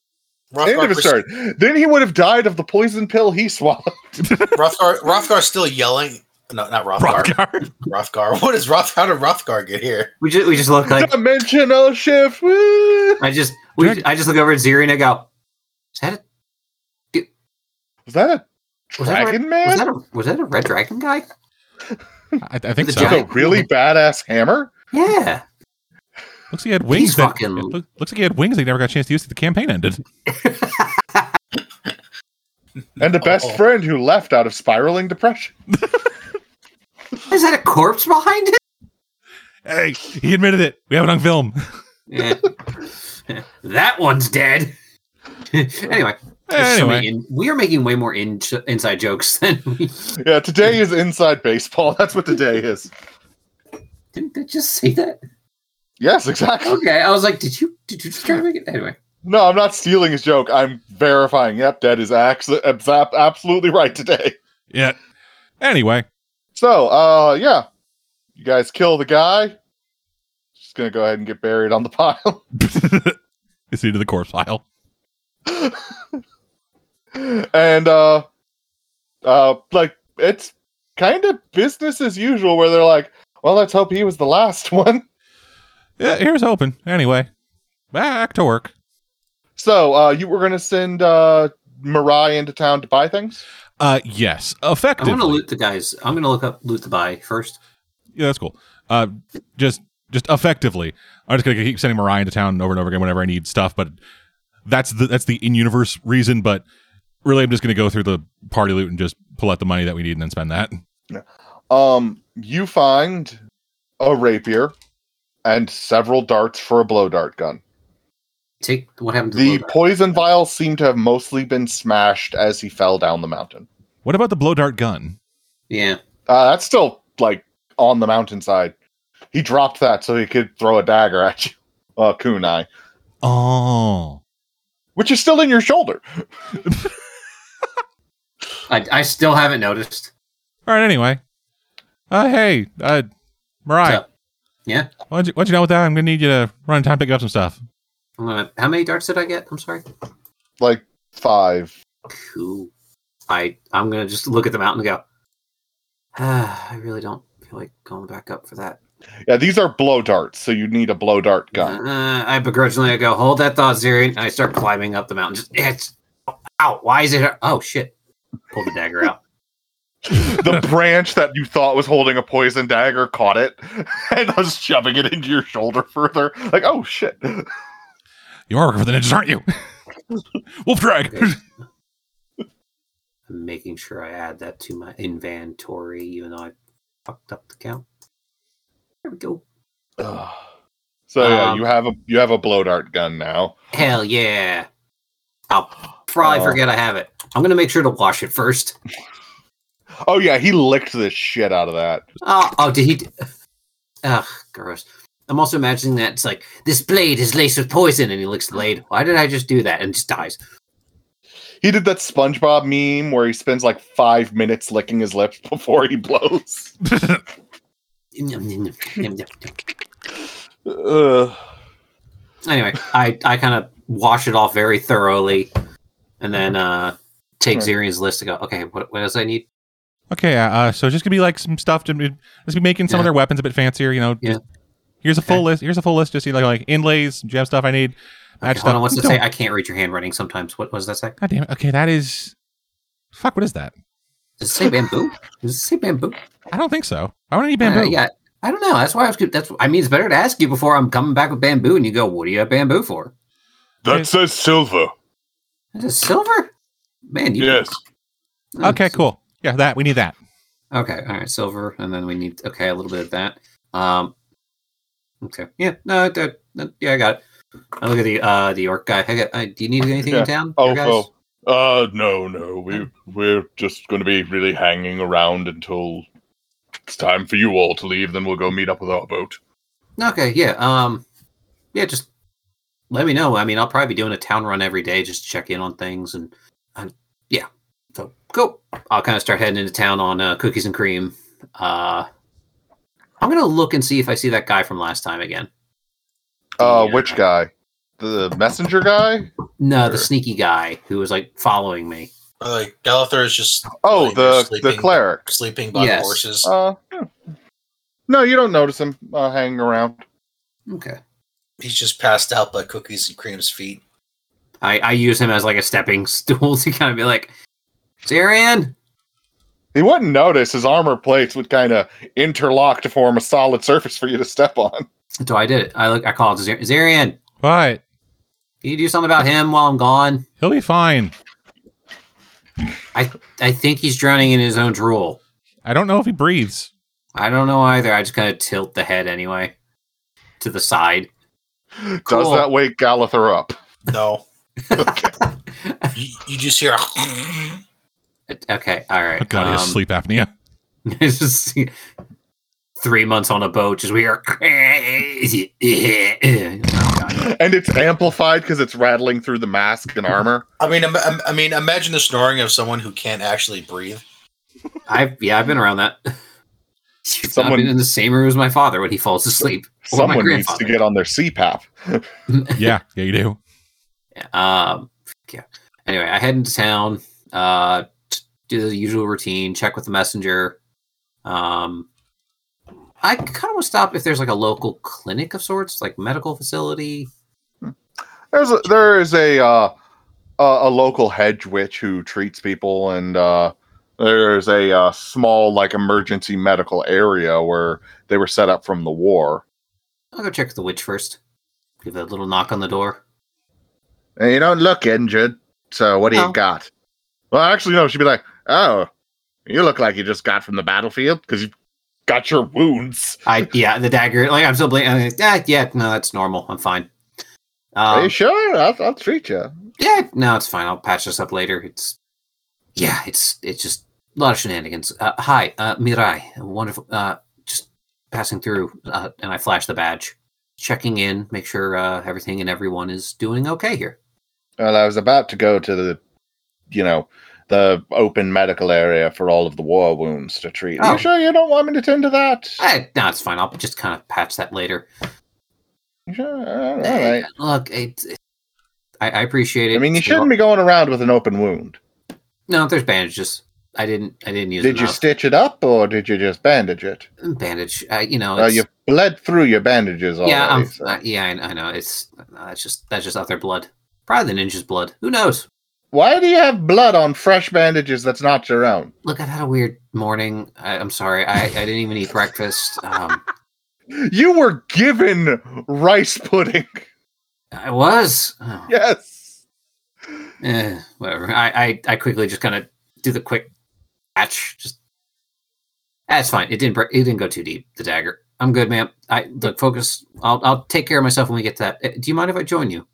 End of his
Rothgar's
turn. Then he would have died of the poison pill he swallowed.
Rothgar, Rothgar's still yelling. No, not Rothgar.
Rothgar.
Rothgar. What is Roth? How did Rothgar get here?
We just we just look like
Dimensional shift. woo!
I just we
Drunk-
I just look over at Zirian and I go, is that a,
Was that a
Was that
dragon
was
man?
that a was that a red dragon guy?
I, I think
The
so.
With
giant-
a really badass hammer?
Yeah.
Looks like he had wings.
He's
That,
fucking-
yeah, look- looks like he had wings. They never got a chance to use. till The campaign ended.
And a best
Oh.
friend who left out of spiraling depression.
Is that a corpse behind it?
Hey, he admitted it. We have it on film.
Yeah. that one's dead. anyway, there's so
anyway,
many in- we are making way more in- inside jokes than we
Yeah, today is inside baseball. That's what today is.
didn't. They just say that.
Yes, exactly.
Okay, I was like, did you did you just try to make it anyway?
No, I'm not stealing his joke. I'm verifying. Yep, that is ax- abs- absolutely right today.
yeah. Anyway,
So, uh, yeah, you guys kill the guy. Just gonna go ahead and get buried on the pile.
it's into the corpse pile.
and uh, uh, like it's kind of business as usual, where they're like, "Well, let's hope he was the last one."
Yeah, here's hoping. Anyway, back to work.
So, uh, you were gonna send uh Mariah into town to buy things.
Uh, yes,
I'm
effectively.
gonna loot the guys. I'm gonna look up loot the buy first.
yeah, that's cool. Uh, just just effectively, I'm just gonna keep sending Mariah into town over and over again whenever I need stuff. But that's the that's the in universe reason. But really, I'm just gonna go through the party loot and just pull out the money that we need and then spend that.
Um, you find a rapier and several darts for a blow dart gun.
Take what happened to the,
The
loot?
poison vials seem to have mostly been smashed as he fell down the mountain.
What about the blow dart gun?
Yeah,
Uh, that's still like on the mountainside. He dropped that so he could throw a dagger at you, uh, kunai,
Oh,
which is still in your shoulder.
I, I still haven't noticed.
all right. Anyway, uh, hey, uh, Mariah,
So, yeah.
why don't you, why don't you know with that? I'm gonna need you to run in time to pick up some stuff.
I'm gonna. How many darts did I get? I'm sorry.
Like five.
Cool. I I'm gonna just look at the mountain and go. Ah, I really don't feel like going back up for that.
Yeah, these are blow darts, so you need a blow dart gun.
Uh, I begrudgingly I go, hold that thought, Ziri, and I start climbing up the mountain. Just it's out. Why is it? hurt? Oh shit! Pull the dagger out.
the branch that you thought was holding a poison dagger caught it and was shoving it into your shoulder further. Like, oh shit.
You are working for the ninjas, aren't you? Wolf drag.
I'm making sure I add that to my inventory, even though I fucked up the count. There we go.
so yeah,
Um,
you have a you have a blow dart gun now.
Hell yeah! I'll probably
Oh.
forget I have it. I'm gonna make sure to wash it first.
Oh yeah, he licked the shit out of that.
Oh, oh did he? d- Ugh, gross. I'm also imagining that it's like this blade is laced with poison, and he licks the blade. Why did I just do that? And just dies.
He did that SpongeBob meme where he spends like five minutes licking his lips before he blows. Ugh.
anyway, I, I kind of wash it off very thoroughly, and then uh take
Right.
Zirian's list and go. Okay, what, what else I need?
Okay, uh, uh, so it's just gonna be like some stuff to let's be making some of
Yeah.
their weapons a bit fancier. You know,
Yeah.
just, here's a full list. Here's a full list. Just see like like inlays, gem stuff I need. Match
Hold on, what's
Don't-
that say? I can't read your handwriting sometimes. What was that say?
God damn it. Okay, that is. Fuck. What is that?
Does it say bamboo? Does it say bamboo?
I don't think so. I want any
Uh,
bamboo.
yeah, I don't know. That's why I was. That's I mean, it's better to ask you before I'm coming back with bamboo, and you go, "What do you have bamboo for?"
That
says silver.
Is it silver? Man, you Hmm,
Okay. Cool. Yeah. That we need that.
Okay, all right, silver, and then we need okay a little bit of that. Um, okay, yeah, no, that, that- yeah, I got it. I look at the uh the orc guy. Hey, gu- uh, do you need anything
Yeah.
in town?
Oh,
you guys?
oh. Uh, no, no. We we're just going to be really hanging around until it's time for you all to leave. Then we'll go meet up with our boat.
okay, yeah, um, yeah, just let me know. I mean, I'll probably be doing a town run every day, just to check in on things, and, and yeah, so cool. I'll kind of start heading into town on uh, cookies and cream. Uh, I'm gonna look and see if I see that guy from last time again.
Uh,
Yeah.
which guy? The messenger guy?
No, the
Sure.
sneaky guy who was like following me.
Or, like Galathor is just
Oh,
laying there
the the
sleeping-
cleric.
sleeping by
Yes.
the horses.
Uh, yeah. no, you don't notice him uh, hanging around.
Okay.
He's just passed out by cookies and cream's feet.
I, I use him as like a stepping stool to kind of be like, Sarian,
He wouldn't notice. His armor plates would kind of interlock to form a solid surface for you to step on.
So I did it. I look. I called Zer- Zarian.
But
Can you do something about him while I'm gone?
he'll be fine.
I think he's drowning in his own drool.
I don't know if he breathes.
I don't know either. I just kind of tilt the head anyway to the side.
Does
Cool.
that wake Galathor up?
No. you, you just hear a
Okay. All right.
Oh, God, he has
um,
sleep apnea.
It's just three months on a boat, just we are crazy. Oh, God.
And it's amplified because it's rattling through the mask and armor.
I mean, im- im- I mean, imagine the snoring of someone who can't actually breathe.
I've yeah, I've been around that. I've
Someone-
been in the same room as my father when he falls asleep. Or my
Someone needs to
grandfather.
get on their CPAP.
yeah, yeah, you do.
Um, yeah. Anyway, I head into town, uh, t- do the usual routine, check with the messenger. Um, I kind of want to stop if there's like a local clinic of sorts, like medical facility.
There's a, there is a, uh, a a local hedge witch who treats people, and uh, there's a uh, small like emergency medical area where they were set up from the war.
I'll go check with the witch first. Give a little knock on the door.
And you don't look injured, so what do
No.
you got? Well, actually, no. She'd be like, "Oh, you look like you just got from the battlefield because you got your wounds.
I yeah, the dagger. Like I'm still blaming. Like, yeah, yeah, no, that's normal. I'm fine.
Are you
Um,
sure? I'll, I'll treat you."
yeah, no, it's fine. I'll patch this up later. It's yeah, it's it's just a lot of shenanigans. Uh, hi, uh, Mirai, wonderful. Uh, just passing through, uh, and I flash the badge, checking in, make sure uh, everything and everyone is doing okay here.
Well, I was about to go to the, you know, the open medical area for all of the war wounds to treat. Are
Oh.
you sure you don't want me to tend to that?
Eh, no, it's fine. I'll just kind of patch that later.
You sure? All right. all
Eh,
right.
Look, it, it- I, I appreciate it.
I mean, you shouldn't be going around with an open wound.
No, there's bandages. I didn't. I didn't use.
Did you
enough.
stitch it up or did you just bandage it?
bandage? Uh, you know,
Uh,
it's-
you bled through your bandages already.
yeah, I'm,
so-
uh, yeah, I, I know. It's that's just that's just other blood, probably the ninja's blood. Who knows?
Why do you have blood on fresh bandages that's not your own?
Look, I've had a weird morning. I, I'm sorry. I, I didn't even eat breakfast. Um,
You were given rice pudding.
I was. Oh,
Yes.
eh, whatever. I, I I quickly just kind of do the quick patch. Just that's fine. It didn't. break It didn't go too deep. The dagger. I'm good, ma'am. I look. Focus. I'll I'll take care of myself when we get to that. Eh, Do you mind if I join you?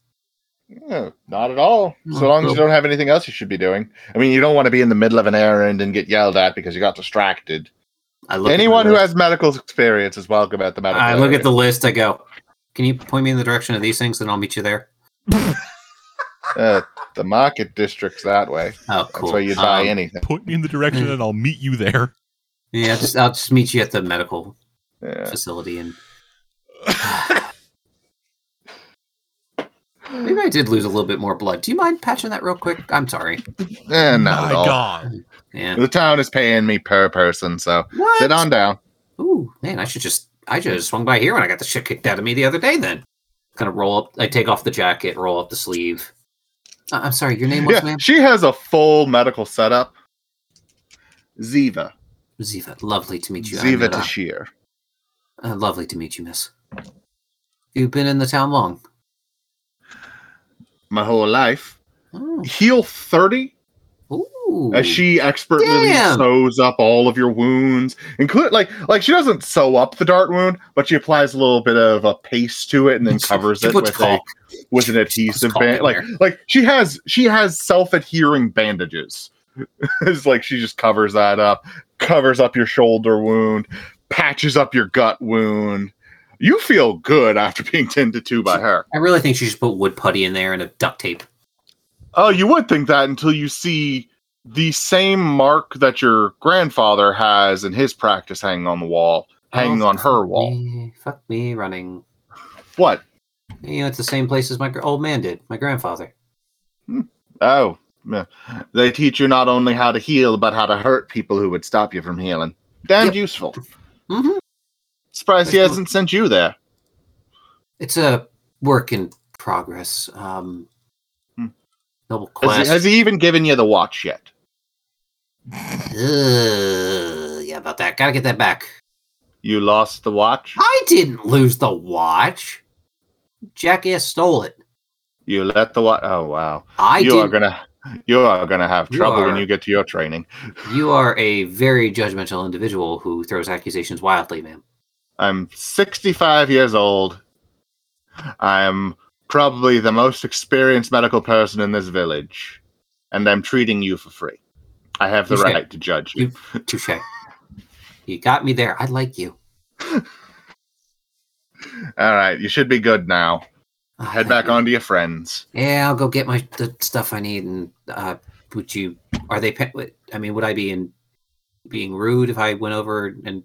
No, not at all. So
Oh,
long as
cool.
you don't have anything else you should be doing. I mean, you don't want to be in the middle of an errand and get yelled at because you got distracted.
I look. at the
Anyone who
list.
has medical experience is welcome at the medical.
I look at the
area.
list. I go. Can you point me in the direction of these things, and I'll meet you there?
uh, the market district's that way.
Oh,
That's
cool.
where you buy
Um,
anything.
Point me in the direction and I'll meet you there.
Yeah, I'll just, I'll just meet you at the medical
Yeah.
facility, and maybe I did lose a little bit more blood. Do you mind patching that real quick? I'm sorry.
Eh, not
My
at all.
God.
Yeah.
The town is paying me per person, so
What?
sit on down.
Ooh, man, I should just I should have swung by here when I got the shit kicked out of me the other day. Then, kind of roll up. I take off the jacket, roll up the sleeve. I- I'm sorry, your name was
Yeah,
ma'am
she has a full medical setup. Ziva.
Ziva. Lovely to meet you. I'm
Ziva
Ira.
Tashir.
Uh, lovely to meet you, Miss. You've been in the town long.
My whole life.
Oh.
Heal 30
Ooh.
as she expertly
Damn.
sews up all of your wounds, including like like she doesn't sew up the dart wound, but she applies a little bit of a paste to it and then covers
She
it
puts
with a,
caulk.
with an
She puts
adhesive
caulk
band.
in
Like
there.
like she has she has self adhering bandages. it's like she just covers that up, covers up your shoulder wound, patches up your gut wound. You feel good after being tended to by her.
I really think she should put wood putty in there and a duct tape.
Oh, you would think that until you see the same mark that your grandfather has in his practice hanging on the wall, hanging
Oh,
on her
fuck
wall.
me- fuck me running.
What?
You know, it's the same place as my gr- old man did, my grandfather.
Oh, yeah. they teach you not only how to heal, but how to hurt people who would stop you from healing. Damned
Yep.
useful.
Mm-hmm.
Surprised he
That's
hasn't sent you there.
It's a work in progress. Um,
Hmm.
Noble
Has he,
quest.
has he even given you the watch yet?
Ugh, yeah, about that. Gotta get that back.
You lost the watch.
I didn't lose the watch. Jackass stole it.
You let the watch. Oh wow.
I
you are
did.
gonna. You are gonna have
You
trouble when
are-
you get to your training.
You are a very judgmental individual who throws accusations wildly, ma'am.
I'm 65 years old. I'm probably the most experienced medical person in this village, and I'm treating you for free. I have the
You said-
right to judge you.
You touche. You got me there. I like you.
All right, you should be good now.
Ah,
Head
thank
back
you.
on to your friends.
Yeah, I'll go get my the stuff I need. And uh, would you? Are they? pa- would- I mean, would I be in being rude if I went over and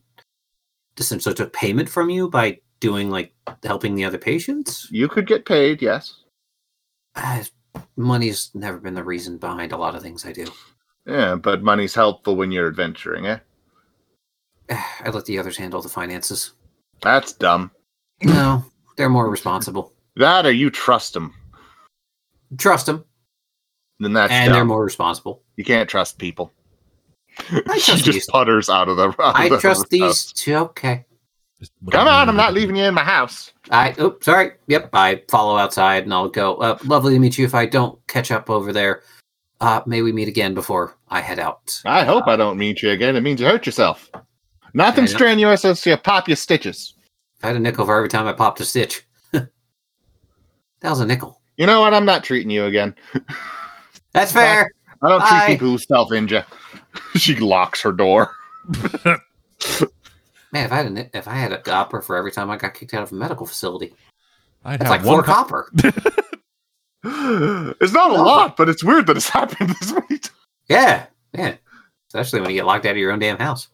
just and so took payment from you by doing like helping the other patients?
You could get paid, yes.
Uh, money's never been the reason behind a lot of things I do.
Yeah, but money's helpful when you're adventuring, eh?
I let the others handle the finances.
That's dumb.
No, they're more responsible.
That or you trust them.
Trust them,
Then that's
and
dumb.
they're more responsible.
You can't trust people.
I
she just
trust these.
putters out of the. out of
I
the
trust
house.
these two. Okay.
Just-
Come on, I'm not leaving you in my house.
I oops, sorry. Yep, I follow outside and I'll go. Uh, lovely to meet you. If I don't catch up over there, uh, may we meet again before I head out.
I hope I don't meet you again. It means you hurt yourself. Nothing
I know.
strenuous, as you pop your stitches.
I had a nickel for every time I popped a stitch. that was a nickel.
You know what? I'm not treating you again.
That's fair.
I don't
Bye.
treat people who self injure. she locks her door.
Man, if I had a, ni- if I had a copper for every time I got kicked out of a medical facility,
I'd
that's
have
like
one
four
cup-
copper.
It's not a
No.
lot, but it's weird that it's happened this many times.
Yeah, yeah. Especially when you get locked out of your own damn house.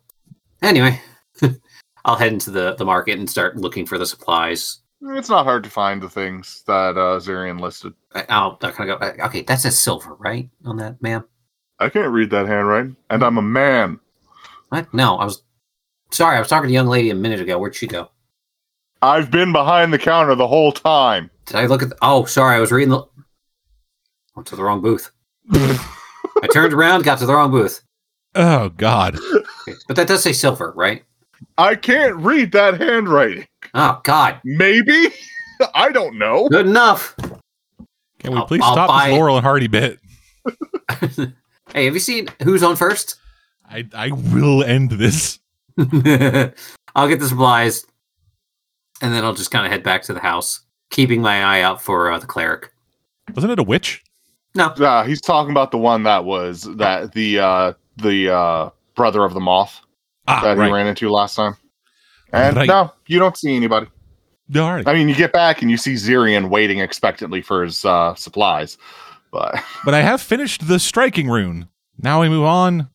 Anyway, I'll head into the the market and start looking for the supplies.
It's not hard to find the things that uh, Zarian listed.
I, I'll, I'll kind of go. uh, Okay, that says silver, right, on that, ma'am.
I can't read that handwriting, and I'm a man.
What? No, I was sorry. I was talking to a young lady a minute ago. Where'd she go?
I've been behind the counter the whole time.
Did I look at? The, oh, sorry. I was reading the. Went to the wrong booth. I turned around, got to the wrong booth.
Oh God.
Okay, But that does say silver, right?
I can't read that handwriting.
Oh God,
Maybe? I don't know.
good enough.
Can we
I'll-
please
I'll
stop
buy it.
this Laurel and Hardy bit?
Hey, have you seen who's on first?
I I will end this.
I'll get the supplies, and then I'll just kind of head back to the house, keeping my eye out for uh, the cleric.
Wasn't it a witch?
No,
Uh, he's talking about the one that was that the uh the uh brother of the moth
Ah,
that he
right.
ran into last time. And
Right.
no, you don't see anybody.
No, all right.
I mean, you get back and you see Zirian waiting expectantly for his uh supplies. But
But I have finished the striking rune. Now we move on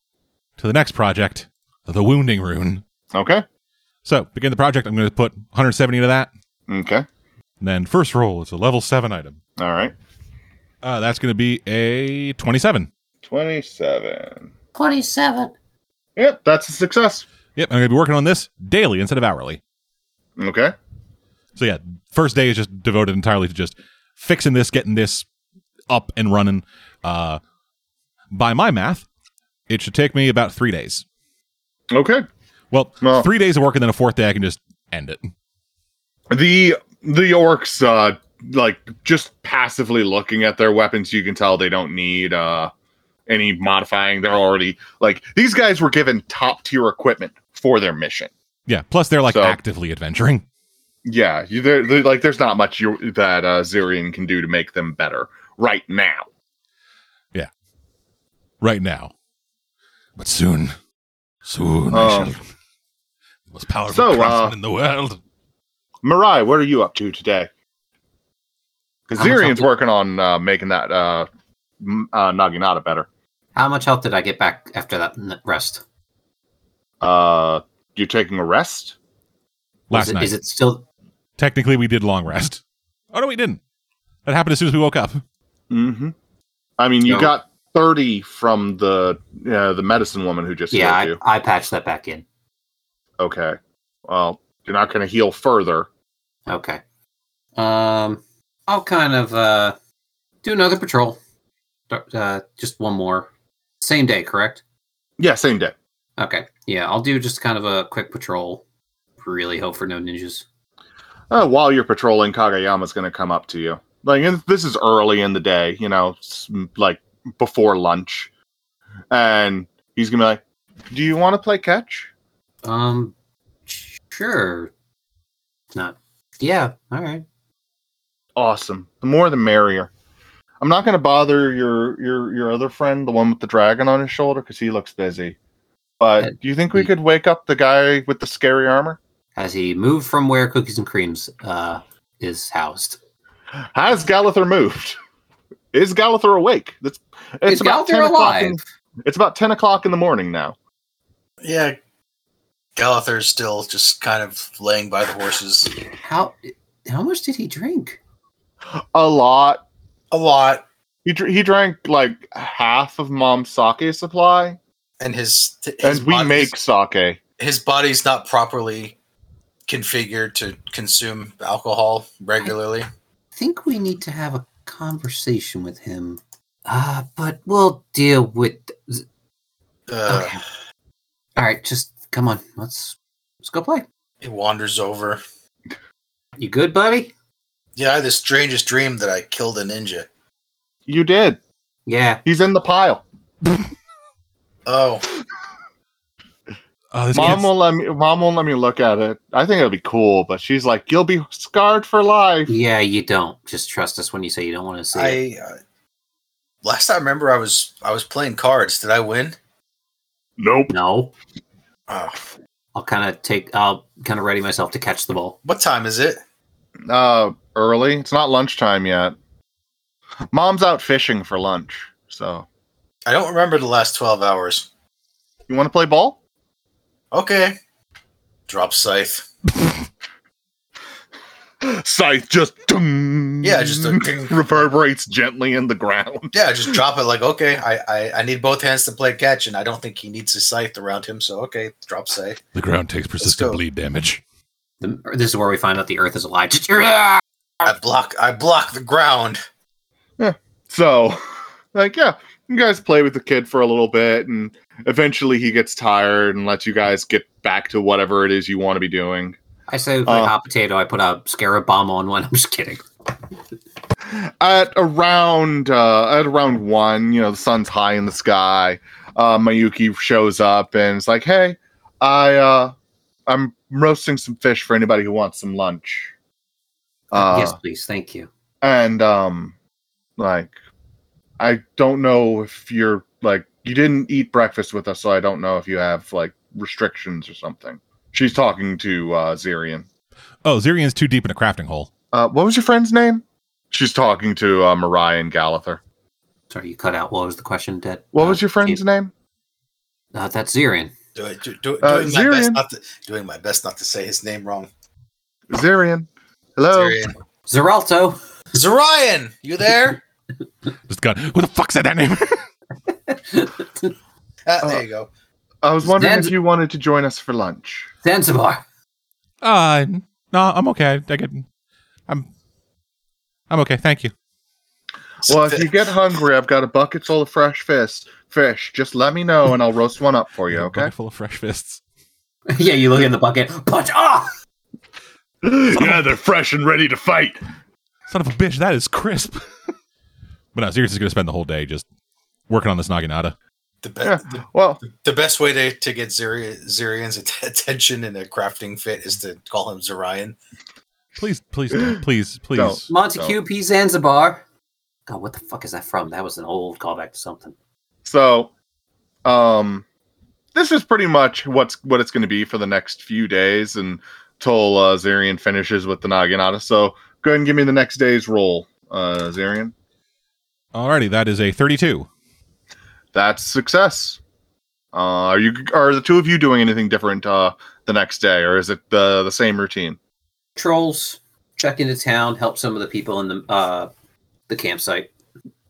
to the next project, the wounding rune.
okay.
So begin the project. I'm going to put 170 into that.
Okay.
And then first roll is a level seven item.
All right.
Uh, that's going to be a 27.
27.
27.
Yep, that's a success.
Yep, I'm going to be working on this daily instead of hourly.
Okay.
So yeah, first day is just devoted entirely to just fixing this, getting this up and running. Uh, by my math, it should take me about three days.
Okay.
Well,
Well-
three days of work and then a fourth day I can just end it.
the the orcs uh like just passively looking at their weapons you can tell they don't need uh any modifying they're already like these guys were given top tier equipment for their mission
Yeah. Plus they're like
So-
actively adventuring.
yeah you they're, they're- like there's not much you that uh zirian can do to make them better right now
right now. But soon, soon I shall.
Um,
be the Most powerful
so,
craftsman
uh,
in the world.
marai what are you up to today because
I'm not
zirian's
talking-
working on uh making that uh, m- uh naginata better
how much health did I get back after that n- rest?
uh you're taking a rest
Last
is it,
night,
is it still?
technically, we did long rest. Oh no, we didn't. That happened as soon as we woke up.
Mm-hmm. I mean, you
So-
got thirty from the uh, the medicine woman who just
Yeah,
yeah,
I,
you.
I patched that back in.
Okay. Well, you're not going to heal further.
Okay. Um, I'll kind of uh do another patrol. Dar- Uh, just one more. Same day, correct?
Yeah, same day.
Okay. Yeah, I'll do just kind of a quick patrol. Really hope for no ninjas.
Uh, while you're patrolling, Kagayama's going to come up to you. Like, and this is early in the day, you know, s- like before lunch. And he's going to be like, Do you want to play catch?
Um, sure. Not. Yeah. All right.
Awesome. The more the merrier. I'm not going to bother your, your, your other friend, the one with the dragon on his shoulder, because he looks busy. But
Uh,
do you think we
he-
could wake up the guy with the scary armor?
Has he moved from where Cookies and Creams uh is housed?
Has Galather moved? Is Galather awake? That's it's
Is
about 10
Galather
o'clock. In,
alive?
it's about ten o'clock in the morning now.
Yeah. Galather's still just kind of laying by the horses.
How how much did he drink?
A lot.
A lot.
He dr- he drank like half of Mom's sake supply,
And his, his
and we
body's-
make sake.
his body's not properly configured to consume alcohol regularly.
I think we need to have a conversation with him. Uh, but we'll deal with.
Uh,
Okay. All right, just come on. Let's let's go play.
He wanders over.
You good, buddy?
Yeah, I had the strangest dream that I killed a ninja.
You did.
Yeah.
He's in the pile.
Oh,
Oh, this
Mom
kid's-
won't let me. Mom won't let me look at it. I think it'll be cool, but she's like, "You'll be scarred for life."
Yeah, you don't. Just trust us when you say you don't want to see it.
I uh, last I remember, I was I was playing cards. Did I win?
Nope.
No.
Oh,
I'll kind of take. I'll kind of ready myself to catch the ball.
what time is it?
Uh, early. It's not lunchtime yet. Mom's out fishing for lunch, so
I don't remember the last twelve hours.
you want to play ball?
Okay, drop scythe.
scythe just dung,
Yeah, just a ding.
reverberates gently in the ground.
Yeah, just drop it. Like okay, I, I I need both hands to play catch, and I don't think he needs a scythe around him. So okay, drop scythe.
the ground takes persistent
go.
bleed damage.
The, this is where we find out the Earth is alive.
I block I block the ground.
So, like, yeah, you guys play with the kid for a little bit, and eventually he gets tired and lets you guys get back to whatever it is you want to be doing.
I say we play
Uh.
hot potato. I put a scarab bomb on one. I'm just kidding.
At around uh, at around one, you know, the sun's high in the sky. Uh, Mayuki shows up and it's like, "Hey, I uh, I'm roasting some fish for anybody who wants some lunch." Uh,
yes, please. Thank you.
and um like i don't know if you're like you didn't eat breakfast with us so i don't know if you have like restrictions or something she's talking to uh zirian
Oh, Zirian's too deep in a crafting hole.
uh what was your friend's name she's talking to uh mariah and galather
Sorry, you cut out. What was the question, Dad?
what
Uh,
was your friend's
it-
name
Uh, that's Zirian.
Do, it- do, do,
Uh,
doing my best
Zirian.
not to, doing my best not to say his name wrong.
zirian hello
Zirian.
Zeralto.
Zorian, you there?
Just gone. Who the fuck said that name?
Ah,
Uh,
there you go.
i was wondering
Zanz-
if you wanted to join us for lunch
Zanzibar.
uh, no, I'm okay. I, I get, I'm, I'm okay. Thank you.
well
Fi-
if you get hungry i've got a bucket full of fresh fish fish just let me know and i'll roast one up for you
Bucket
okay
Full of fresh fists.
yeah, you look in the bucket. Punch. Ah!
yeah they're fresh and ready to fight
Son of a bitch, that is crisp. but no, Sirius is going to spend the whole day just working on this Naginata.
the, be-
yeah.
the,
well
the best way to, to get Ziri- Zirian's att- attention in a crafting fit is to call him Zorian.
Please, please, don't. please, please.
Don't.
Montague P. Zanzibar. God, what the fuck is that from? That was an old callback to something.
So, um, this is pretty much what's what it's going to be for the next few days until uh, Zarian finishes with the Naginata. So, go ahead and give me the next day's roll, uh, Zarian.
Alrighty, that is a 32.
That's success. Uh, are you are the two of you doing anything different uh, the next day, or is it the the same routine?
Trolls check into town, help some of the people in the uh, the campsite.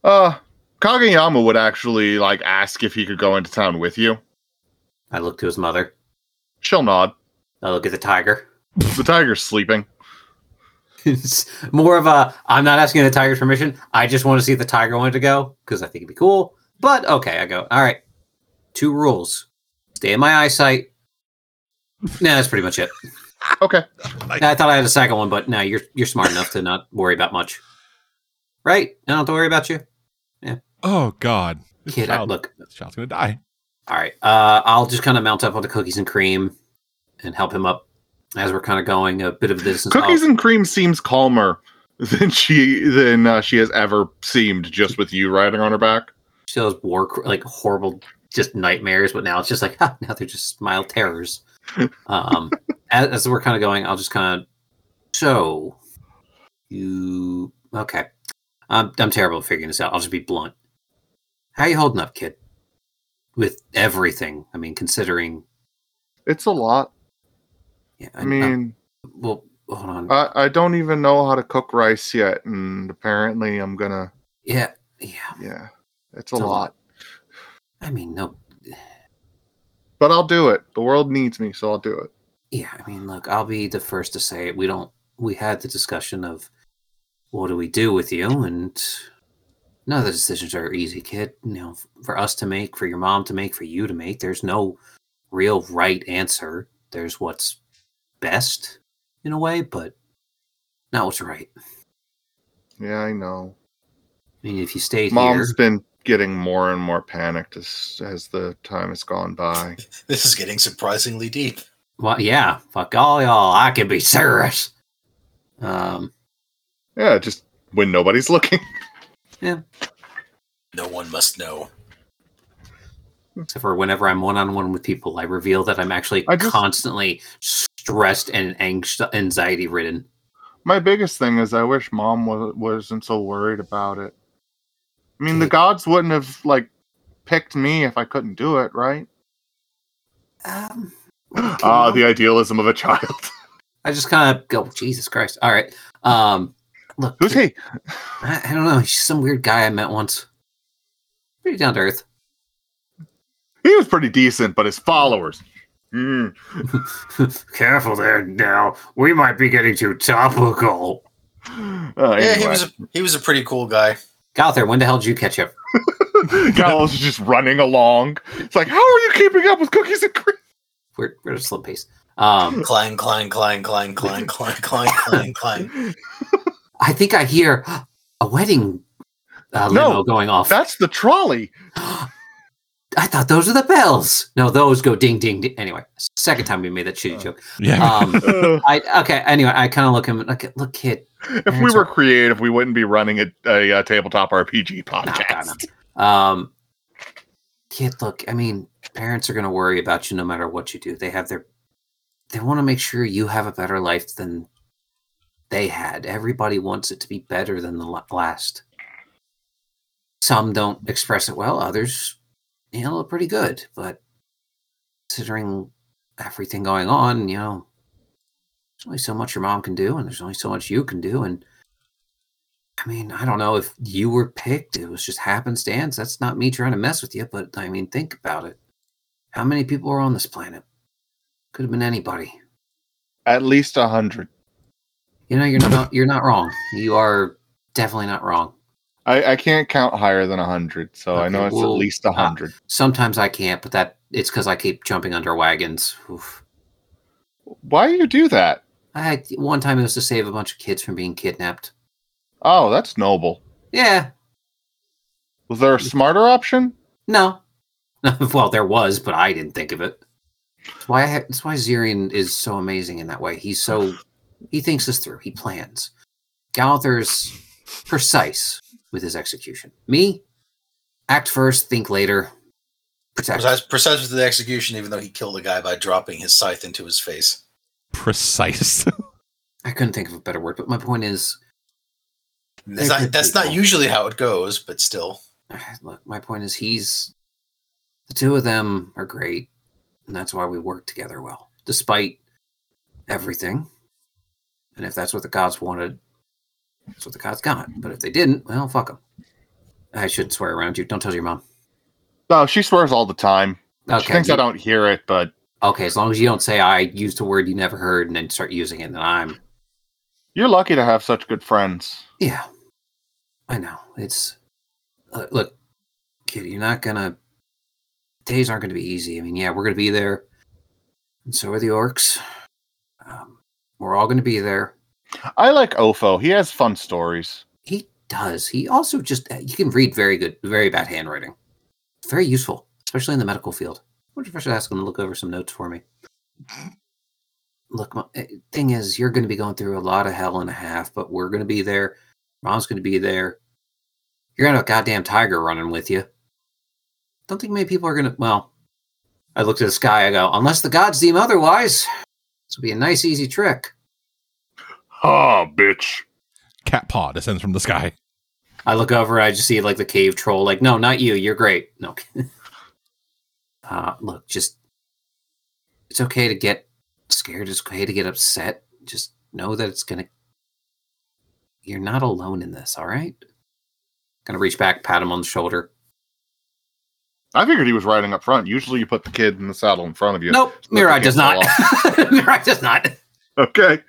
Uh, Kageyama would actually like ask if he could go into town with you.
I look to his mother.
She'll nod.
I look at the tiger.
The tiger's sleeping.
it's more of a I'm not asking the tiger's permission. I just want to see if the tiger wanted to go because I think it'd be cool. But okay, I go. All right, Two rules: stay in my eyesight. No, that's pretty much it.
Okay.
I thought I had a second one, but no, you're you're smart enough to not worry about much, right? I don't have to worry about you,
Oh God, this
kid. I,
child,
look,
this child's gonna die.
all right. Uh, I'll just kind of mount up on the cookies and cream and help him up as we're kind of going a bit of this.
Cookies and cream seems calmer than she than uh, she has ever seemed just with you riding on her back.
she has war cr- like horrible just nightmares but now it's just like ha, now they're just mild terrors um as, as we're kind of going i'll just kind of so you okay I'm, I'm terrible at figuring this out i'll just be blunt how you holding up kid with everything i mean considering
It's a lot.
yeah, uh,
I mean, Uh,
well hold on
I, I don't even know how to cook rice yet, and apparently I'm gonna.
yeah yeah
Yeah, it's a
It's a
lot,
lot. i mean no
but I'll do it. The world needs me, so I'll do it.
Yeah, I mean, look, I'll be the first to say it. We don't. We had the discussion of what do we do with you, and none of the decisions are easy, kid. You know, for us to make, for your mom to make, for you to make. There's no real right answer. There's what's best in a way, but not what's right. I
Yeah, I know.
mean, if you stayed
Mom's
here,
been getting more and more panicked as as the time has gone by.
This is getting surprisingly deep.
well, yeah, fuck all y'all. I can be serious. Um,
Yeah, just when nobody's looking.
No one must know.
except for whenever I'm one on one with people, I reveal that I'm actually
I just-
constantly stressed and anx- anxiety ridden.
My biggest thing is I wish mom was, wasn't so worried about it. I mean, the
Dude.
gods wouldn't have like picked me if I couldn't do it, right?
Um,
Ah, the idealism of a child.
I just kind of go, Jesus Christ! All right, um, look,
Who's he?
I, I don't know. He's some weird guy I met once. Pretty down to earth.
He was pretty decent, but his followers. Mm.
Careful there now. We might be getting too topical.
Uh,
Yeah, he
anyway.
was a, he was a pretty cool guy.
Gother, when the hell did you catch up?
Gallows is just running along. It's like, how are you keeping up with cookies and cream?
We're we're at a slow pace. Um,
Clang, clang, clang, clang, clang, clang, clang, clang, clang.
I think I hear a wedding uh, limo
No,
going off.
That's the trolley.
I thought those were the bells. No, those go ding ding ding. Anyway, second time we made that shitty joke.
Yeah,
Um,
Uh,
I okay. Anyway, I kind of look him like, look, kid.
if we were creative, we wouldn't be running a, a, uh tabletop RPG
No,
podcast.
no, no. Um, kid, look. I mean, parents are going to worry about you no matter what you do. They have their. They want to make sure you have a better life than they had. Everybody wants it to be better than the la- last. Some don't express it well. Others handle it pretty good. But considering everything going on, you know, there's only so much your mom can do, and there's only so much you can do, and I mean, I don't know if you were picked. It was just happenstance. That's not me trying to mess with you, but I mean, think about it. How many people are on this planet? Could have been anybody.
At least a hundred.
You know, you're not you're not wrong. You are definitely not wrong.
I, I can't count higher than a hundred, so I
Okay,
know it's
well,
at least a
uh,
hundred.
Sometimes I can't, but that it's because I keep jumping under wagons. Oof.
Why do you do that?
I had one time it was to save a bunch of kids from being kidnapped.
Oh, that's noble.
Yeah,
Was there a smarter option?
no, well, there was, but I didn't think of it. That's why I ha- that's why Zirian is so amazing in that way. He's so he thinks this through. He plans. Galather's precise with his execution. Me, act first, think later. Protect.
Precise, precise with the execution, even though he killed a guy by dropping his scythe into his face.
precise.
I couldn't think of a better word, but my point is,
That's
They're
not,
good
that's not
people.
usually how it goes, but still.
look, my point is, he's the two of them are great, and that's why we work together well, despite everything. And if that's what the gods wanted, that's what the gods got. But if they didn't, well, fuck them. I shouldn't swear around you. Don't tell your mom.
No, Oh, she swears all the time. she
Okay.
thinks I
you-
don't hear it, but
okay, as long as you don't say I used a word you never heard and then start using it, then I'm
you're lucky to have such good friends.
Yeah, I know. It's uh, look, kid. You're not gonna days aren't going to be easy. I mean, yeah, we're going to be there, and so are the orcs. Um, we're all going to be there.
I like Ofo. He has fun stories.
He does. He also just you can read very good, very bad handwriting. Very useful, especially in the medical field. I wonder if I should ask him to look over some notes for me. Look, my, eh, thing is, you're going to be going through a lot of hell and a half, but we're going to be there. Mom's going to be there. You're going to have a goddamn tiger running with you. Don't think many people are going to. Well, I look to the sky. I go, unless the gods deem otherwise, this will be a nice, easy trick.
Oh,
Ah, bitch.
Cat paw descends from the sky.
I look over, I just see like the cave troll, like, no, not you, you're great. No. uh, look, just it's okay to get scared, it's okay to get upset. Just know that it's gonna You're not alone in this, all right? Gonna reach back, pat him on the shoulder.
I figured he was riding up front. Usually you put the kid in the saddle in front of you.
Nope,
the
Mirai
kid
does
fell
not. Mirai does not.
Okay.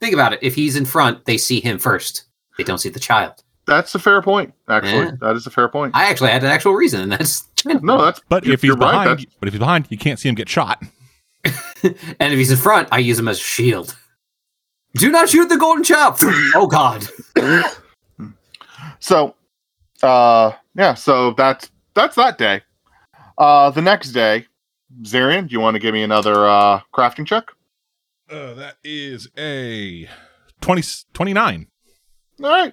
Think about it. If he's in front, they see him first. They don't see the child.
That's a fair point, actually.
Yeah.
That is a fair point.
I actually had an actual reason, and that's
no, that's
But
you're-
if he's
you're right,
behind,
that's-
but if he's behind, you can't see him get shot.
and if he's in front, I use him as a shield. Do not shoot the golden chop. oh God!
So, uh, yeah, so that's that's that day. Uh, the next day, Zarian, do you want to give me another uh, crafting check?
Uh, that is a 20, 29.
All right,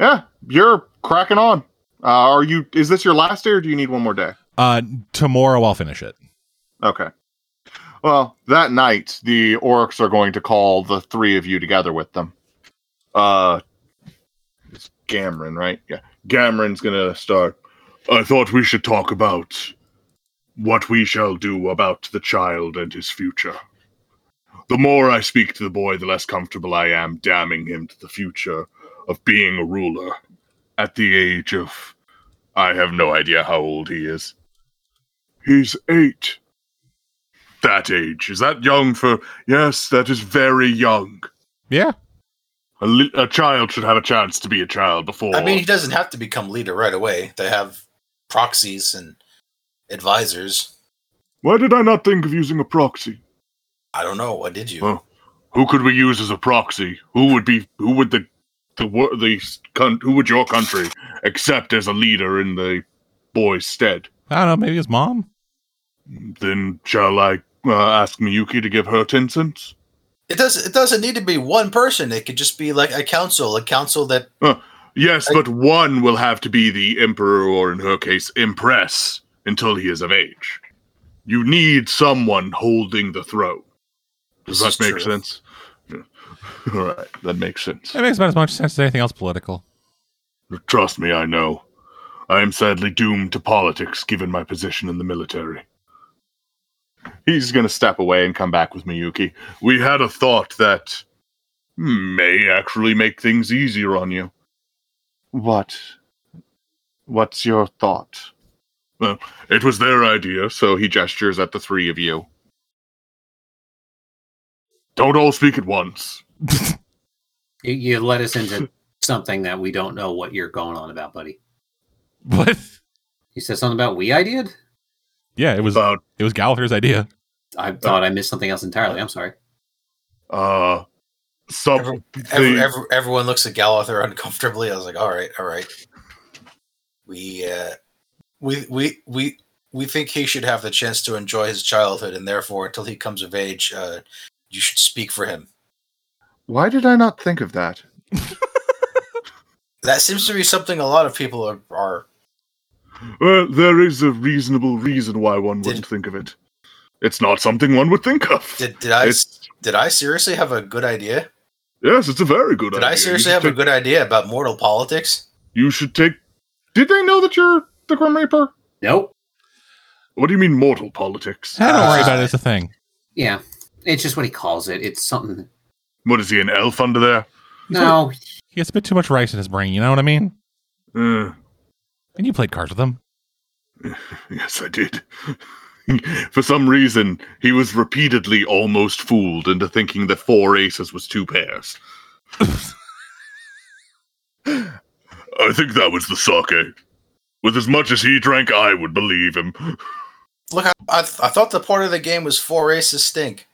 yeah, you're cracking on. Uh, are you? Is this your last day, or do you need one more day?
Uh, tomorrow I'll finish it.
Okay. Well, that night, the orcs are going to call the three of you together with them. Uh, it's Gamron, right? Yeah. Gamron's going to start. I thought we should talk about what we shall do about the child and his future. The more I speak to the boy, the less comfortable I am damning him to the future of being a ruler at the age of. I have no idea how old he is. He's eight that age. Is that young for? Yes, that is very young.
Yeah.
A, li- a child should have a chance to be a child before.
I mean, he doesn't have to become leader right away. They have proxies and advisors.
why did I not think of using a proxy?
I don't know. What did you?
Well, Who could we use as a proxy? Who would be? Who would the the wor- the s- coun- who would your country accept as a leader in the boy's stead?
I don't know. Maybe his mom.
Then shall I uh, ask Miyuki to give her ten cents?
it does. It doesn't need to be one person. It could just be like a council, a council that
Yes,
I-
but one will have to be the emperor, or in her case, impress, until he is of age. You need someone holding the throne. Does
This
that
is
make
true.
sense? Yeah. All right, that makes sense.
That makes about as much sense as anything else political.
Trust me, I know. I am sadly doomed to politics given my position in the military. He's going to step away and come back with Miyuki. We had a thought that may actually make things easier on you. What? What's your thought? Well, it was their idea, so he gestures at the three of you. Don't all speak at once.
You, you let us into something that we don't know what you're going on about, buddy.
But
You said something about we ideaed.
yeah, it was
About
it was Gallagher's idea.
I thought I missed something else entirely. I'm sorry.
uh some
Every-
the-
every, every, everyone looks at Galather uncomfortably. I was like, all right, all right. We uh, we we we we think he should have the chance to enjoy his childhood, and therefore, until he comes of age, uh, you should speak for him.
Why did I not think of that?
That seems to be something a lot of people are. are
Well, there is a reasonable reason why one
Did-
wouldn't think of it. It's not something one would think of.
did did I
It's-
did I seriously have a good idea?
yes, it's a very good
Did
idea.
I seriously
you
have
should
a
take,
good idea about mortal politics?
You should take. Did they know that you're the Grim Reaper?
Nope.
What do you mean, mortal politics?
I don't worry
Uh,
about it. It's a thing.
Yeah, it's just what he calls it. It's something.
What is he, an elf under there?
No,
He gets a bit too much rice in his brain. You know what I mean?
Uh,
And you played cards with him.
yes, I did. For some reason, he was repeatedly almost fooled into thinking that four aces was two pairs. I think that was the sake. With as much as he drank, I would believe him.
Look, I, I, I thought the point of the game was four aces stink.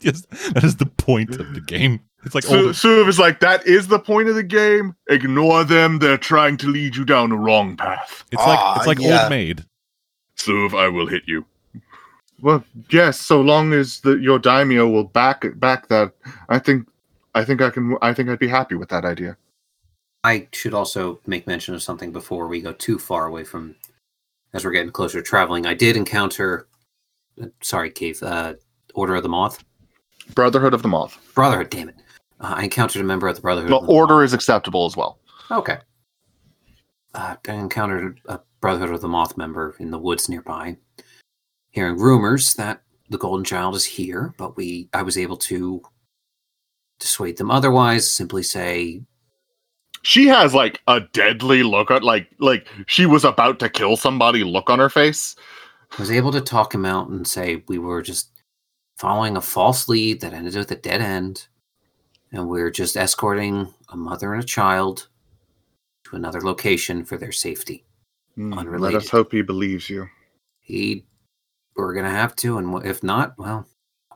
Yes, that is the point of the game. It's like
Su-
old,
Suv is like, that is the point of the game. Ignore them. They're trying to lead you down a wrong path.
it's like
Ah,
it's like
yeah.
old maid.
Suv, I will hit you. Well, yes, so long as the, your daimyo will back back that, I think, I think I can, I think I'd be happy with that idea.
I should also make mention of something before we go too far away from, as we're getting closer to traveling. I did encounter, uh, sorry, Keith, uh, Order of the Moth.
Brotherhood of the Moth.
Brotherhood, damn it. Uh, I encountered a member of the Brotherhood.
The
of the
order is acceptable as well.
Moth. Okay. Uh, I encountered a Brotherhood of the Moth member in the woods nearby, hearing rumors that the Golden Child is here, but we I was able to dissuade them otherwise, simply say,
She has like a deadly look on, like like she was about to kill somebody. Look on her face.
was able to talk him out and say we were just following a false lead that ended with a dead end, and we are just escorting a mother and a child to another location for their safety.
let
Unrelated.
us hope he believes you.
He, we're gonna have to, and wh- if not, well,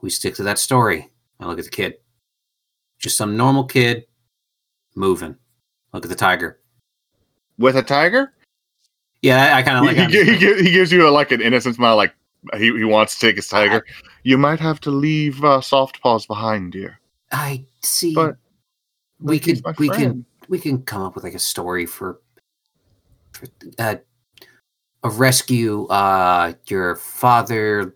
we stick to that story. I look at the kid, just some normal kid moving. Look at the tiger.
With a tiger,
Yeah, I, kind of
he, he,
like.
gi-
I'm-
he, gi- he gives you a, like an innocent smile, like he, he wants to take his tiger. You might have to leave uh, soft paws behind, dear.
I see.
But,
we
Like, he's
could
my
we can
friend.
we can come up with like a story for, for uh, a rescue uh your father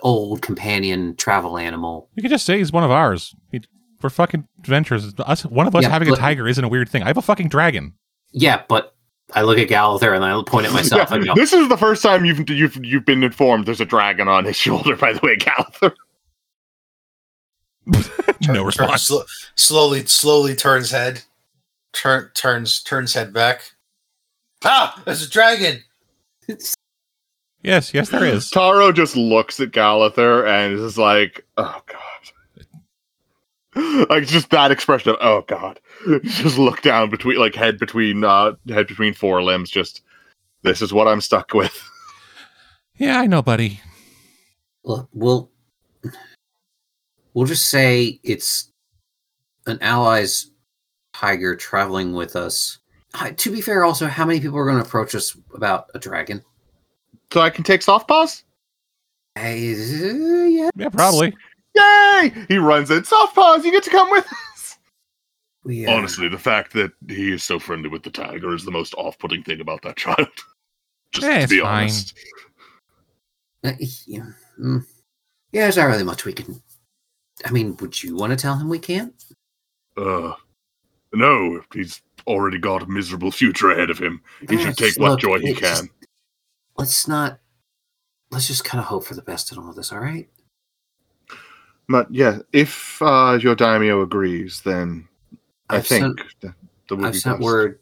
old companion travel animal
You can just say he's one of ours. He, we're fucking adventurers. Us, one of us
Yeah,
having a
but-
tiger isn't a weird thing. I have a fucking dragon.
yeah but i look at galather and i point at myself
Yeah,
and go
This is the first time you've you've you've been informed. There's a dragon on his shoulder. By the way, Galather.
no
Turn,
response.
slo- slowly, slowly turns head. Turn, turns, turns head back. Ah, there's a dragon.
Yes, yes, there is.
Taro just looks at Galather and is like, "Oh god." Like just that expression of "Oh god." Just look down between like head between uh head between four limbs just this is what I'm stuck with.
Yeah, I know, buddy.
look we'll we'll just say it's an ally's tiger traveling with us Uh, to be fair also how many people are going to approach us about a dragon
So I can take soft paws?
I- uh, yeah
Yeah, probably.
Yay! He runs in. Soft paws, you get to come with us.
we, uh,
Honestly, the fact that he is so friendly with the tiger is the most off-putting thing about that child. Just
Yeah,
to
it's
be
fine.
honest.
Uh, Yeah, mm. yeah, there's not really much we can. I mean, would you want to tell him we can't?
Uh no, he's already got a miserable future ahead of him. He should
Let's-
take what
look,
joy he
it's just-
can.
let's not. Let's just kind of hope for the best in all of this. All right.
But yeah, if uh, your daimyo agrees, then I
I've
think
sent-
that, that would
I've
be
sent
best.
word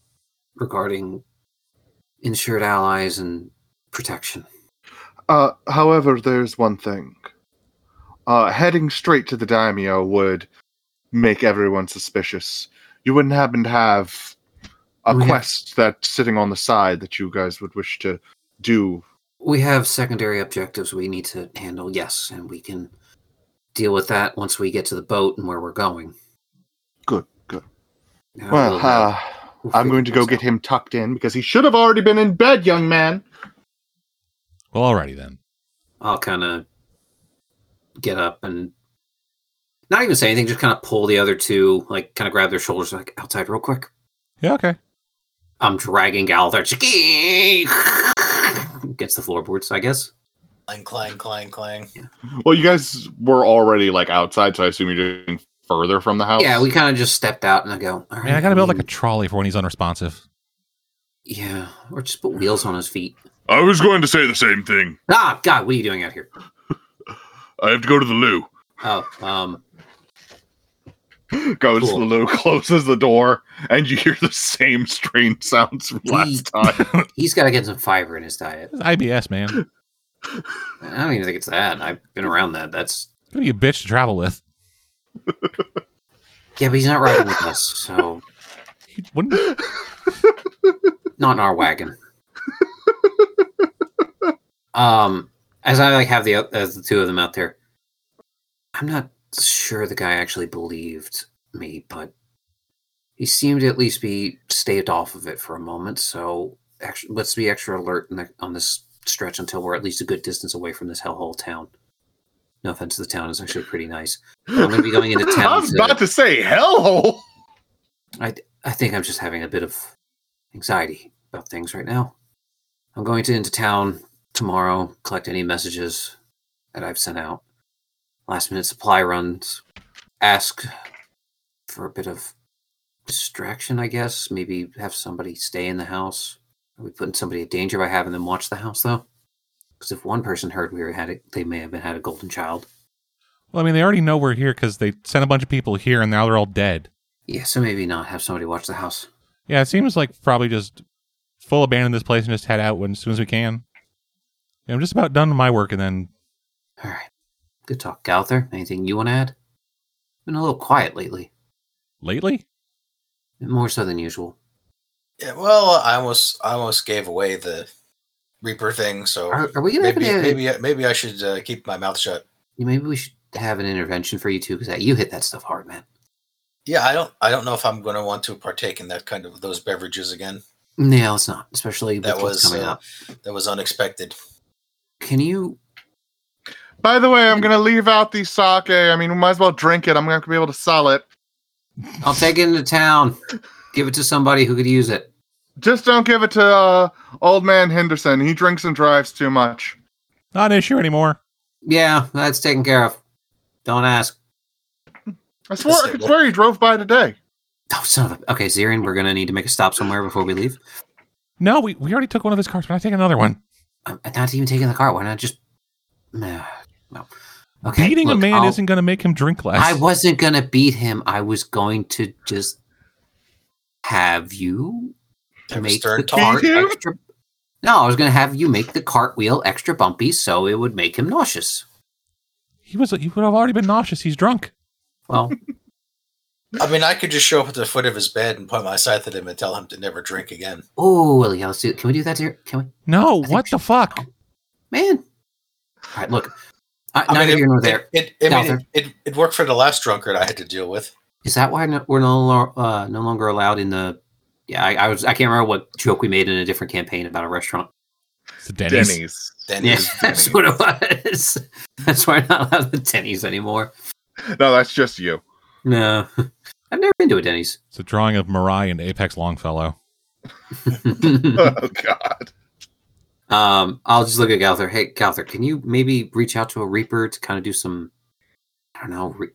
regarding insured allies and protection.
Uh, however, there's one thing. Uh, heading straight to the daimyo would make everyone suspicious. You wouldn't happen to have a
We have-
quest that's sitting on the side that you guys would wish to do.
We have secondary objectives we need to handle. Yes, and we can deal with that once we get to the boat and where we're going.
Good, good.
Yeah,
Well,
we'll, uh,
uh,
we'll
I'm
figure
going to go
this
get
out.
him tucked in because he should have already been in bed, young man.
Well, alrighty then.
I'll kind of get up and not even say anything, just kind of pull the other two, like kind of grab their shoulders, like outside real quick.
Yeah, okay.
I'm dragging Galather against the floorboards, I guess.
Clang, clang, clang, clang.
Well, you guys were already like outside, so I assume you're doing further from the house.
Yeah, we kind of just stepped out, and I go, all right.
Man, Oh. I gotta build like a
mean,
trolley for when he's unresponsive.
yeah, or just put wheels on his feet.
I was going to say the same thing.
Ah, God, what are you doing out here?
I have to go to the loo.
Oh, um,
Goes to
Cool.
the loo, closes the door, and you hear the same strange sounds from last time.
he's got to get some fiber in his diet.
It's IBS, man. It's
I don't even think it's that. I've been around that. That's
gonna be a bitch to travel with.
yeah, but he's not riding with us, so
He wouldn't-
not in our wagon. Um, as I like have the as the two of them out there, I'm not sure the guy actually believed me, but he seemed to at least be staved off of it for a moment. So actually, let's be extra alert in the, on this stretch until we're at least a good distance away from this hellhole town. No offense, the town is actually pretty nice. But I'm going to be going into
I
town.
was about to say hellhole.
I, I think I'm just having a bit of anxiety about things right now. I'm going to into town tomorrow, collect any messages that I've sent out, last minute supply runs, ask for a bit of distraction, I guess. Maybe have somebody stay in the house. Are we putting somebody in danger by having them watch the house, though? Because if one person heard we were had it, they may have been had a golden child.
Well, I mean, they already know we're here because they sent a bunch of people here, and now they're all dead.
Yeah, so maybe not have somebody watch the house.
Yeah, it seems like probably just full abandon this place and just head out when as soon as we can. Yeah, I'm just about done with my work, and then
All right. Good talk, Gowther. Anything you want to add? Been a little quiet lately,
lately,
more so than usual.
Yeah, well, I almost I almost gave away the Reaper thing, so
Are, are we gonna
maybe
have an, maybe
maybe maybe I should uh, keep my mouth shut.
maybe we should have an intervention for you too because you hit that stuff hard, man.
Yeah, I don't I don't know if I'm going to want to partake in that kind of those beverages again.
No, it's not, especially with
That
what's
was,
coming
uh,
up.
That was unexpected.
Can you?
By the way, I'm gonna leave out the sake. I mean, we might as well drink it. I'm not gonna be able to sell it.
I'll take it into town. Give it to somebody who could use it.
Just don't give it to uh, old man Henderson. He drinks and drives too much.
not an issue anymore.
Yeah, that's taken care of. Don't ask.
I swear, I
Listen,
could swear he drove by today.
Oh, son of a. Okay, Zirian, we're gonna need to make a stop somewhere before we leave.
No, we, we already took one of his cars. We're not taking another one.
I'm not even taking the car. Why not just? No. Okay.
Beating a
look,
man
I'll-
isn't going to make him drink less.
I wasn't gonna beat him. I was going to just have you
Have a
make
stern
the
talk.
cart
Beat him?
extra. No, I was gonna have you make the cartwheel extra bumpy so it would make him nauseous.
he was. He would have already been nauseous. He's drunk.
Well,
I mean, I could just show up at the foot of his bed and point my scythe at him and tell him to never drink again.
oh Willie, let's do. Can we do that here? Can we?
No,
think
what
we
the fuck?
Man. All right, look. I,
I
neither
mean,
here nor
it-
there.
It, it, I mean,
Gowther.
it, it, it worked for the last drunkard I had to deal with.
Is that why no, we're no, lo- uh, no longer allowed in the? Yeah, I, I was. I can't remember what joke we made in a different campaign about a restaurant.
It's the Denny's.
Then
Yeah,
he's-
that's what it was. That's why I'm not allowed the Denny's anymore.
No, that's just you.
No, I've never been to a Denny's.
It's a drawing of Marai and Apex Longfellow.
oh God.
um, I'll just look at Gowther. Hey, Gowther, can you maybe reach out to a Reaper to kind of do some, I don't know, re-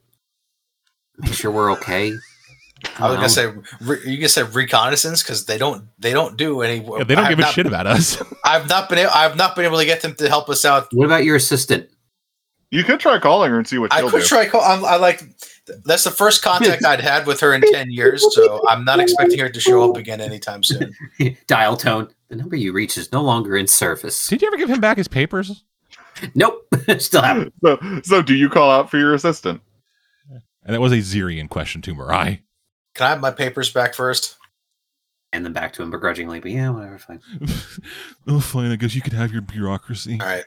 make sure we're okay?
I
dunno.
was gonna say re, you can say reconnaissance because they don't they don't do any.
Yeah, they don't
I've
give a
not-
shit about us.
I've not been a- I've not been able to get them to help us out.
What about your assistant?
You could try calling her and see what
I
she'll
could
do.
try call. I'm, I like that's the first contact I'd had with her in ten years, so I'm not expecting her to show up again anytime soon.
Dial tone. The number you reach is no longer in service.
Did you ever give him back his papers?
Nope, still
Hmm.
haven't.
so, so do you call out for your assistant?
And that was a Zirian question to Marai.
Can I have my papers back first?
And then back to him begrudgingly, but yeah, whatever, fine.
oh, fine. I guess you could have your bureaucracy.
All right.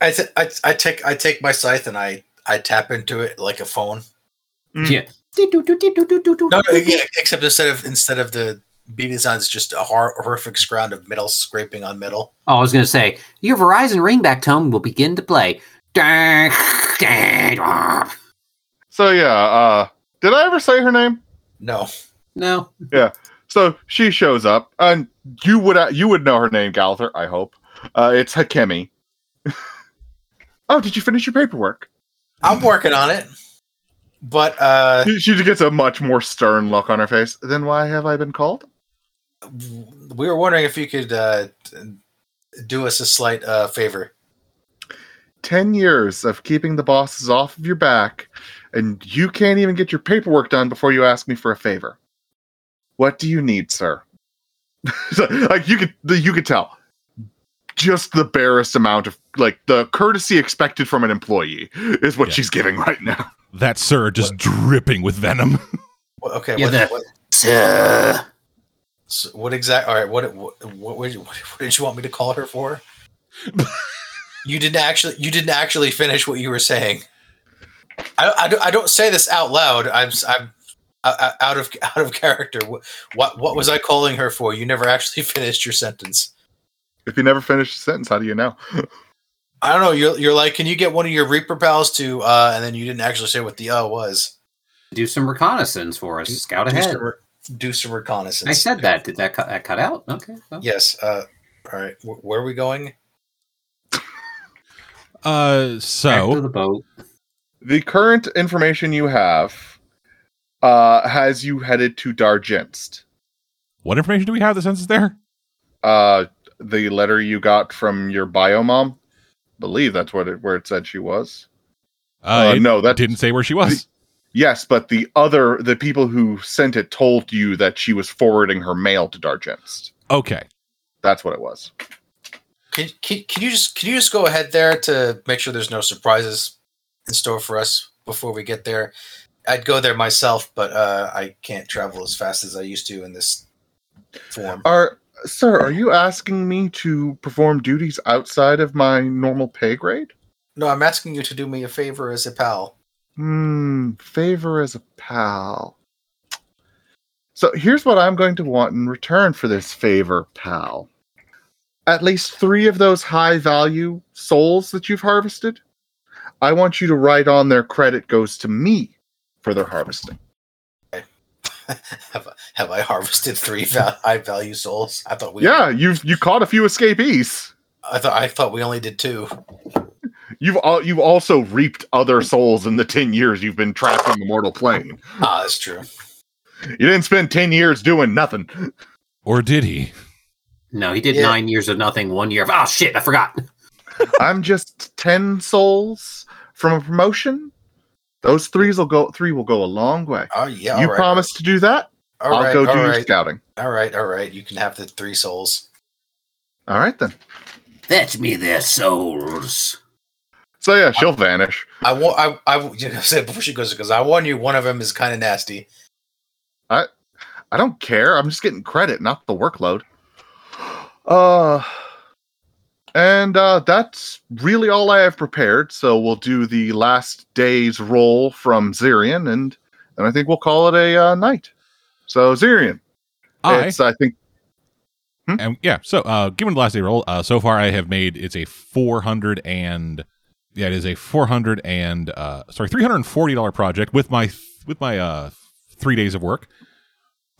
I, t- I, t- I take I take my scythe and I I tap into it like a phone.
Mm.
Yeah.
No, no, yeah, except instead of instead of the beating sounds, it's just a hor- horrific sound of metal scraping on metal.
Oh, I was going to say, your Verizon ringback tone will begin to play. No.
So yeah. Uh, did I ever say her name?
No,
So she shows up, and you would uh, you would know her name, Galather. I hope. Uh, it's Hakemi. oh, did you finish your paperwork?
I'm working on it, but uh,
She, she gets a much more stern look on her face. Then why have I been called?
we were wondering if you could uh, t- do us a slight uh, favor.
Ten years of keeping the bosses off of your back, and you can't even get your paperwork done before you ask me for a favor. What do you need, sir? So, like you could you could tell just the barest amount of like the courtesy expected from an employee is what
Yeah.
she's giving right now.
That sir just dripping with venom.
Wha- Okay,
Yeah,
what,
that-
what,
Sir.
so what exact? All right, what what what, what, what did you want me to call her for? You didn't actually. You didn't actually finish what you were saying. I, I, don't- I don't say this out loud. I'm s- I'm uh, out of out of character. Wh- What what was I calling her for? You never actually finished your sentence.
If you never finish a sentence, how do you know?
I don't know. You're you're like, can you get one of your Reaper pals to? Uh, and then you didn't actually say what the uh was.
Do some reconnaissance for us. Scout
Do
ahead.
some, re- do some reconnaissance.
I said that. Did that cut, that cut out? Okay. well.
Yes. Uh, all right. Wh- where are we going?
Uh,
Back to
so
the boat.
The current information you have uh, has you headed to Dargenst.
what information do we have that sends us there?
Uh, the letter you got from your bio mom, believe that's what it, where it said she was.
Uh,
uh,
it
no, that
didn't say where she was.
Yes, but the other the people who sent it told you that she was forwarding her mail to Dargenst.
Okay.
That's what it was.
Can, can, can you just can you just go ahead there to make sure there's no surprises in store for us before we get there? I'd go there myself, but uh, I can't travel as fast as I used to in this form.
Are sir, are you asking me to perform duties outside of my normal pay grade?
No, I'm asking you to do me a favor as a pal.
Hmm, favor as a pal. So here's what I'm going to want in return for this favor, pal. At least three of those high value souls that you've harvested, I want you to write on their credit goes to me for their harvesting.
have, have I harvested three val- high value souls? I thought we
Yeah, you've you caught a few escapees.
I thought I thought we only did two.
You've all you've also reaped other souls in the ten years you've been trapped on the mortal plane.
Ah, that's true.
You didn't spend ten years doing nothing.
Or did he?
No, he did
Yeah.
nine years of nothing, one year of. Oh, shit. I forgot.
I'm just ten souls from a promotion. Those threes will go. Three will go a long way.
Oh yeah,
you
all right.
promised to do that.
All
I'll
right,
go do
all
your
right,
scouting.
all right, all right. You can have the three souls.
All right then.
Fetch me their souls.
So yeah, she'll vanish.
I want. I. I you know, I said before she goes because I warn you, one of them is kind of nasty.
I don't care. I'm just getting credit, not the workload. Uh, and uh, that's really all I have prepared. So we'll do the last day's roll from Zirian, and and I think we'll call it a uh, night. So Zirian,
I
it's I think
and yeah, so uh, given the last day roll, uh, so far I have made it's a four hundred and yeah, it is a four hundred and uh, sorry, three hundred and forty dollar project with my with my uh three days of work.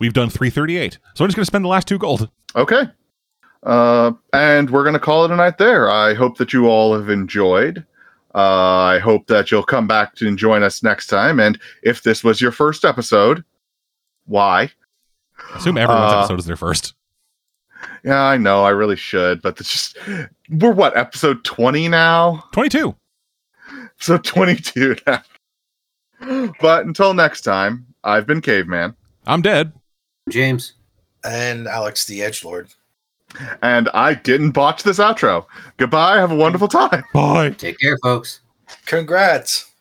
We've done three thirty eight, so I'm just gonna spend the last two gold.
Okay. Uh, and we're going to call it a night there. I hope that you all have enjoyed. Uh, I hope that you'll come back to and join us next time. And if this was your first episode, why?
Assume everyone's
Uh,
episode is their first.
Yeah, I know I really should, but it's just we're what episode twenty now,
Twenty two.
so twenty two now. But until next time, I've been Caveman,
I'm dead.
James.
And Alex the Edge Lord.
and I didn't botch this outro. Goodbye. Have a wonderful time.
Bye.
Take care, folks.
Congrats.